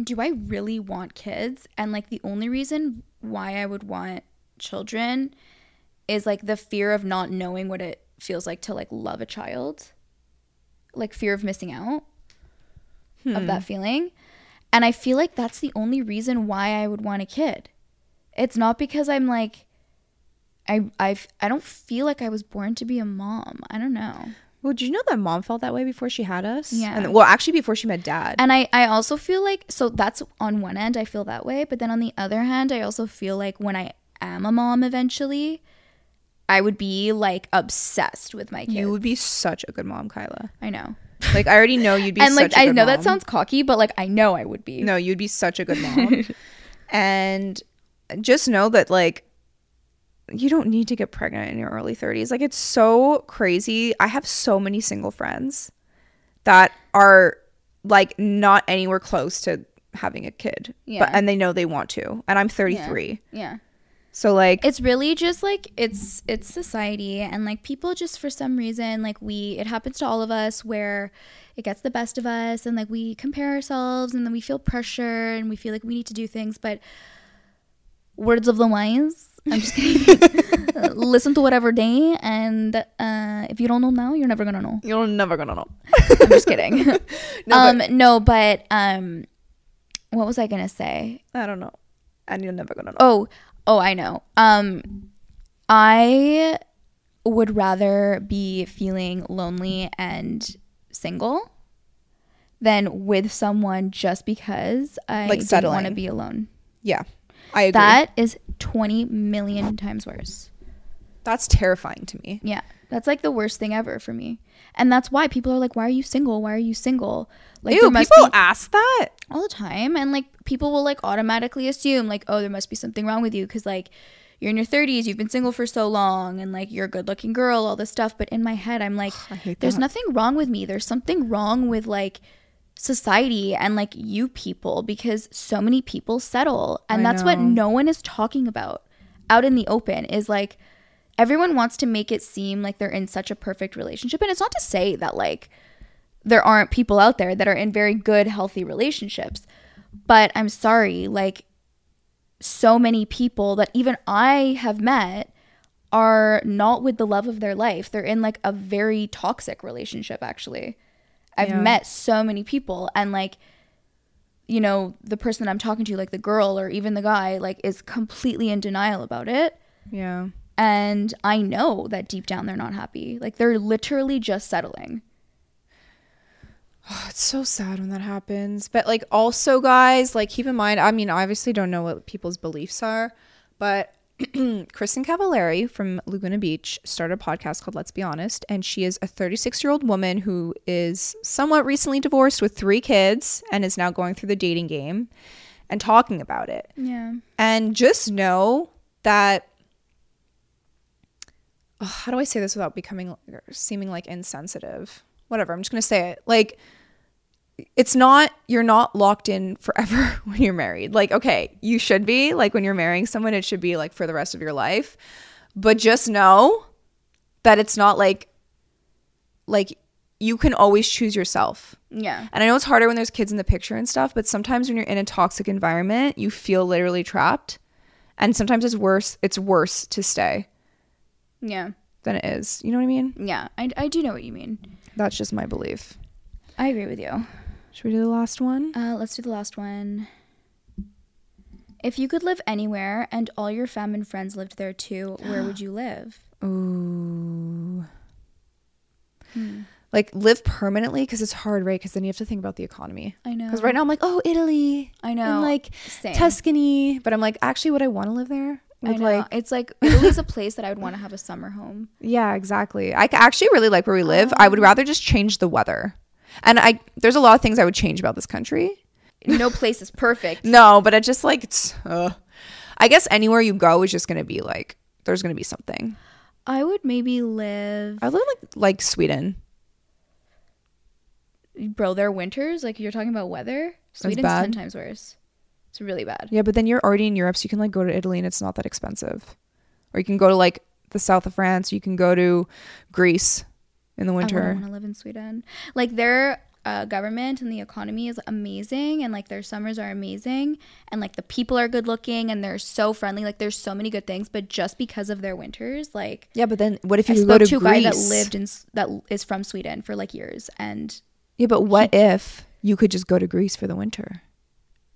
Speaker 1: do I really want kids? And like the only reason why I would want children is like the fear of not knowing what it feels like to like love a child. Like fear of missing out of that feeling. And I feel like that's the only reason why I would want a kid. It's not because I'm like I I've I don't feel like I was born to be a mom. I don't know.
Speaker 2: Well, did you know that mom felt that way before she had us?
Speaker 1: Yeah.
Speaker 2: And, well, actually, before she met dad.
Speaker 1: And I, I also feel like, so that's on one end, I feel that way. But then on the other hand, I also feel like when I am a mom eventually, I would be like obsessed with my kids.
Speaker 2: You would be such a good mom, Kyla.
Speaker 1: I know.
Speaker 2: Like I already know you'd
Speaker 1: <laughs>
Speaker 2: be.
Speaker 1: and like,
Speaker 2: such a
Speaker 1: I
Speaker 2: good
Speaker 1: know
Speaker 2: mom.
Speaker 1: that sounds cocky, but like, I know I would be.
Speaker 2: No, you'd be such a
Speaker 1: <laughs>
Speaker 2: good mom. and just know that like you don't need to get pregnant in your early 30s. Like it's so crazy. I have so many single friends that are like not anywhere close to having a kid.
Speaker 1: Yeah.
Speaker 2: But and they know they want to. And I'm 33.
Speaker 1: Yeah.
Speaker 2: So like
Speaker 1: It's really just like it's it's society and like people just for some reason like we it happens to all of us where it gets the best of us and like we compare ourselves and then we feel pressure and we feel like we need to do things but words of the
Speaker 2: <laughs>
Speaker 1: wise I'm just kidding listen to whatever day and uh, if you don't know now you're never gonna know
Speaker 2: you're never gonna know.
Speaker 1: I'm
Speaker 2: <laughs>
Speaker 1: just kidding <laughs>
Speaker 2: No,
Speaker 1: um no but um what was I gonna say
Speaker 2: I don't know. And you're never gonna know.
Speaker 1: Oh, oh, I know. Um, I would rather be feeling lonely and single than with someone just because I
Speaker 2: Like
Speaker 1: don't want to
Speaker 2: settling.
Speaker 1: be alone.
Speaker 2: Yeah. I agree.
Speaker 1: That is 20 million times worse.
Speaker 2: That's terrifying to me.
Speaker 1: Yeah. That's like the worst thing ever for me. And that's why people are like, why are you single? Why are you single? Like,
Speaker 2: Ew,
Speaker 1: there must
Speaker 2: people
Speaker 1: be-
Speaker 2: ask that.
Speaker 1: all the time and like people will like automatically assume like oh there must be something wrong with you because like you're in your 30s you've been single for so long and like you're a good looking girl all this stuff but in my head i'm like
Speaker 2: Oh, I hate
Speaker 1: there's
Speaker 2: that.
Speaker 1: nothing wrong with me there's something wrong with like society and like you people because so many people settle and
Speaker 2: I
Speaker 1: that's what
Speaker 2: know.
Speaker 1: no one is talking about out in the open is like everyone wants to make it seem like they're in such a perfect relationship and it's not to say that like there aren't people out there that are in very good healthy relationships but i'm sorry like so many people that even i have met are not with the love of their life they're in like a very toxic relationship actually i've
Speaker 2: Yeah.
Speaker 1: met so many people and like you know the person i'm talking to like the girl or even the guy like is completely in denial about it
Speaker 2: Yeah.
Speaker 1: and I know that deep down they're not happy. Like they're literally just settling.
Speaker 2: Oh, it's so sad when that happens. But like also guys, like keep in mind, I mean, I obviously don't know what people's beliefs are, but <clears throat> Kristen Cavallari from Laguna Beach started a podcast called Let's Be Honest, and she is a 36-year-old woman who is somewhat recently divorced with three kids and is now going through the dating game and talking about it.
Speaker 1: Yeah.
Speaker 2: And just know that Ugh, how do I say this without becoming or seeming like insensitive? Whatever, I'm just going to say it. Like it's not you're not locked in forever <laughs> when you're married. Like okay, you should be like when you're marrying someone it should be like for the rest of your life. But just know that it's not like like you can always choose yourself.
Speaker 1: Yeah.
Speaker 2: And I know it's harder when there's kids in the picture and stuff, but sometimes when you're in a toxic environment, you feel literally trapped. And sometimes it's worse. It's worse to stay.
Speaker 1: Yeah.
Speaker 2: than it is. You know what I mean?
Speaker 1: Yeah, I, I do know what you mean.
Speaker 2: That's just my belief.
Speaker 1: I agree with you.
Speaker 2: Should we do the last one?
Speaker 1: Uh, let's do the last one. If you could live anywhere and all your fam and friends lived there too, where <gasps> would you live?
Speaker 2: Ooh.
Speaker 1: Hmm.
Speaker 2: Like live permanently because it's hard, right? Because then you have to think about the economy.
Speaker 1: I know.
Speaker 2: Because right now I'm like, oh, Italy.
Speaker 1: I know.
Speaker 2: And like
Speaker 1: Same.
Speaker 2: Tuscany. But I'm like, actually, would I want to live there?
Speaker 1: I
Speaker 2: With,
Speaker 1: know.
Speaker 2: Like,
Speaker 1: it's
Speaker 2: <laughs>
Speaker 1: like Italy's a place that I would want to have a summer home.
Speaker 2: yeah, exactly. I c- actually really like where we live. I
Speaker 1: Oh.
Speaker 2: would rather just change the weather. And I there's a lot of things I would change about this country.
Speaker 1: No place is perfect.
Speaker 2: No, but I just like it's. Uh, I guess anywhere you go is just gonna be like there's gonna be something.
Speaker 1: I would maybe live,
Speaker 2: I live in, like like Sweden.
Speaker 1: bro. Their winters, like you're talking about weather. Sweden's
Speaker 2: bad.
Speaker 1: ten times worse. It's really bad.
Speaker 2: Yeah, but then you're already in Europe, so you can like go to Italy and it's not that expensive, or you can go to like the south of France. You can go to Greece in the
Speaker 1: I wouldn't
Speaker 2: winter.
Speaker 1: want to live in Sweden. Like their uh, government and the economy is amazing, and like their summers are amazing, and like the people are good looking, and they're so friendly. Like there's so many good things, but just because of their winters, like
Speaker 2: Yeah, but then what if you
Speaker 1: I
Speaker 2: go
Speaker 1: spoke
Speaker 2: to,
Speaker 1: to, a guy
Speaker 2: Greece?
Speaker 1: that lived in S- that l- is from Sweden for like years, and
Speaker 2: yeah, but what if you could just go to Greece for the winter?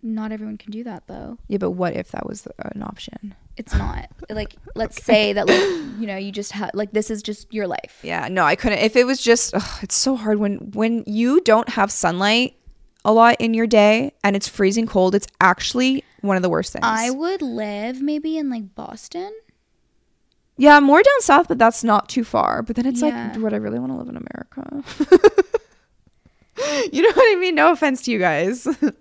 Speaker 1: not everyone can do that though.
Speaker 2: Yeah, but what if that was an option?
Speaker 1: It's not like let's say that like you know you just have like this is just your life.
Speaker 2: Yeah, no, I couldn't. If it was just, ugh, it's so hard when when you don't have sunlight a lot in your day and it's freezing cold. It's actually one of the worst things.
Speaker 1: I would live maybe in like Boston.
Speaker 2: yeah, more down south, but that's not too far. But then it's
Speaker 1: Yeah.
Speaker 2: like, would I really want to live in America? <laughs> you know what I mean? No offense to you guys. <laughs> this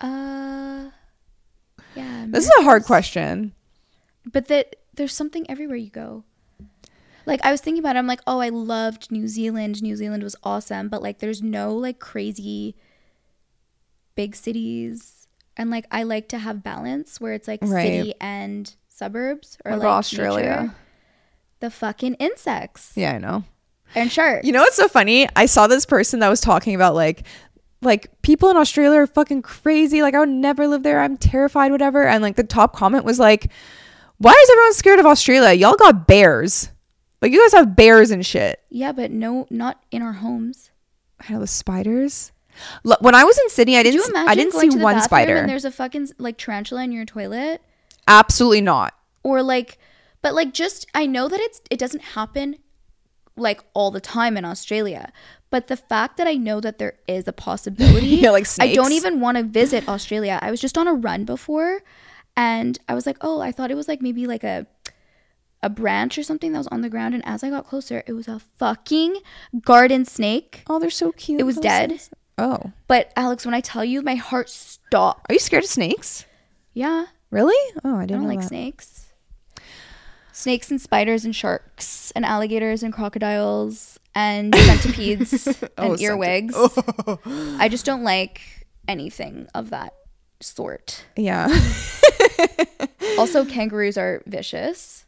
Speaker 1: Uh, yeah.
Speaker 2: is a hard question.
Speaker 1: but that there's something everywhere you go. Like I was thinking about it, I'm like, oh, I loved New Zealand. New Zealand was awesome, but like there's no like crazy big cities. And like I like to have balance where it's like city and suburbs or
Speaker 2: What
Speaker 1: like
Speaker 2: about Australia?
Speaker 1: nature. The fucking insects
Speaker 2: Yeah, I know.
Speaker 1: and sharks.
Speaker 2: You know what's so funny? I saw this person that was talking about like like people in Australia are fucking crazy. Like I would never live there. I'm terrified, whatever. And like the top comment was like, Why is everyone scared of Australia? Y'all got bears. Like you guys have bears and shit.
Speaker 1: yeah, but no not in our homes.
Speaker 2: I know the spiders. Lo- when I was in Sydney, I
Speaker 1: Could
Speaker 2: didn't
Speaker 1: you
Speaker 2: s-
Speaker 1: imagine
Speaker 2: I didn't
Speaker 1: going
Speaker 2: see
Speaker 1: to the
Speaker 2: one
Speaker 1: bathroom and
Speaker 2: spider.
Speaker 1: there's a fucking like tarantula in your toilet?
Speaker 2: Absolutely not.
Speaker 1: or like but like just i know that it's it doesn't happen like all the time in australia but the fact that i know that there is a possibility
Speaker 2: <laughs> Yeah, like
Speaker 1: i don't
Speaker 2: snakes.
Speaker 1: even want to visit australia i was just on a run before and i was like oh i thought it was like maybe like a a branch or something that was on the ground and as i got closer it was a fucking garden snake
Speaker 2: Oh, they're so cute.
Speaker 1: it was
Speaker 2: Those
Speaker 1: dead
Speaker 2: things. Oh.
Speaker 1: but alex when i tell you my heart stopped
Speaker 2: Are you scared of snakes?
Speaker 1: yeah
Speaker 2: Really? Oh, I
Speaker 1: I
Speaker 2: didn't
Speaker 1: don't
Speaker 2: know
Speaker 1: like
Speaker 2: that.
Speaker 1: snakes. Snakes and spiders and sharks and alligators and crocodiles
Speaker 2: <laughs>
Speaker 1: and centipedes
Speaker 2: Oh,
Speaker 1: and
Speaker 2: centip- <laughs>
Speaker 1: earwigs. I just don't like anything of that sort.
Speaker 2: Yeah.
Speaker 1: <laughs> Also, kangaroos are vicious.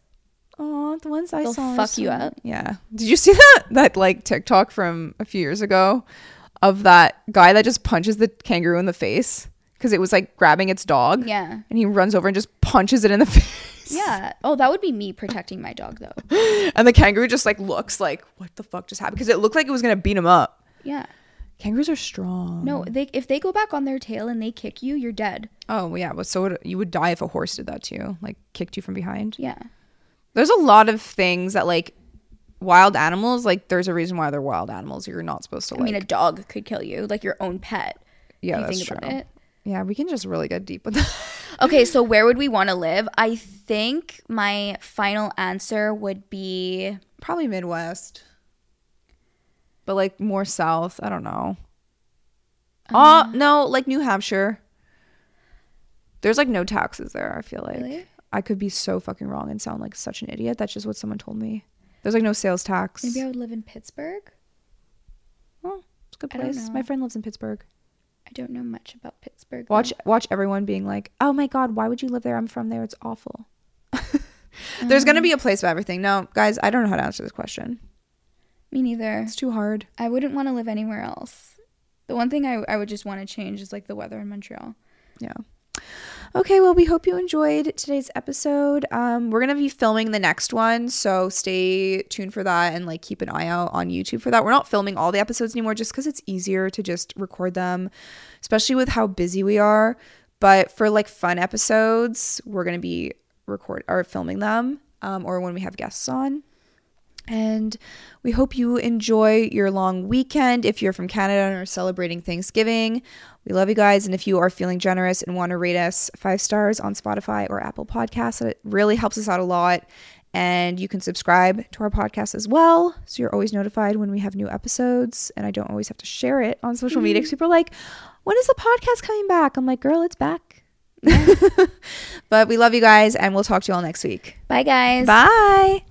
Speaker 2: Oh, the ones I
Speaker 1: They'll
Speaker 2: saw. are
Speaker 1: fuck you
Speaker 2: so-
Speaker 1: up.
Speaker 2: Yeah. Did you see <laughs> that that like TikTok from a few years ago of that guy that just punches the kangaroo in the face because it was like grabbing its dog
Speaker 1: Yeah.
Speaker 2: and he runs over and just punches it in the <laughs> face
Speaker 1: Yeah. Oh, that would be me protecting my dog though.
Speaker 2: and the kangaroo just like looks like what the fuck just happened because it looked like it was gonna beat him up.
Speaker 1: Yeah.
Speaker 2: Kangaroos are strong.
Speaker 1: No, they if they go back on their tail and they kick you, you're dead.
Speaker 2: Oh well, yeah, but so would, you would die if a horse did that to you, like kicked you from behind.
Speaker 1: Yeah.
Speaker 2: There's a lot of things that like wild animals like there's a reason why they're wild animals you're not supposed to
Speaker 1: I
Speaker 2: like
Speaker 1: mean, a dog could kill you, like your own pet.
Speaker 2: yeah
Speaker 1: you
Speaker 2: that's
Speaker 1: think
Speaker 2: true
Speaker 1: about it.
Speaker 2: Yeah, we can just really get deep with that. <laughs>
Speaker 1: Okay, so where would we want to live? I think my final answer would be
Speaker 2: Probably Midwest. But like more south, I don't know.
Speaker 1: Uh-huh.
Speaker 2: oh, no, like New Hampshire. There's like no taxes there, I feel like.
Speaker 1: Really?
Speaker 2: I could be so fucking wrong and sound like such an idiot. That's just what someone told me. There's like no sales tax.
Speaker 1: maybe I would live in Pittsburgh.
Speaker 2: oh, it's a good
Speaker 1: I don't
Speaker 2: place.
Speaker 1: know.
Speaker 2: My friend lives in Pittsburgh.
Speaker 1: I don't know much about Pittsburgh. though.
Speaker 2: Watch watch everyone being like, "Oh my god, why would you live there? I'm from there. It's awful." <laughs> There's going to
Speaker 1: Mm.
Speaker 2: be a place for everything. No, guys, I don't know how to answer this question.
Speaker 1: me neither.
Speaker 2: It's too hard.
Speaker 1: I wouldn't want to live anywhere else. The one thing I, I would just want to change is like the weather in Montreal.
Speaker 2: Yeah. Okay, well, we hope you enjoyed today's episode. Um, we're gonna be filming the next one, so stay tuned for that and like keep an eye out on YouTube for that. We're not filming all the episodes anymore just because it's easier to just record them, especially with how busy we are. But for like fun episodes, we're gonna be record or filming them, um, or when we have guests on. And we hope you enjoy your long weekend if you're from Canada and are celebrating Thanksgiving. We love you guys. And if you are feeling generous and want to rate us five stars on Spotify or Apple Podcasts, it really helps us out a lot. And you can subscribe to our podcast as well. So you're always notified when we have new episodes. And I don't always have to share it on social media because people are like, when is the podcast coming back? I'm like, girl, it's back. <laughs> but we love you guys. And we'll talk to you all next week.
Speaker 1: Bye, guys.
Speaker 2: Bye.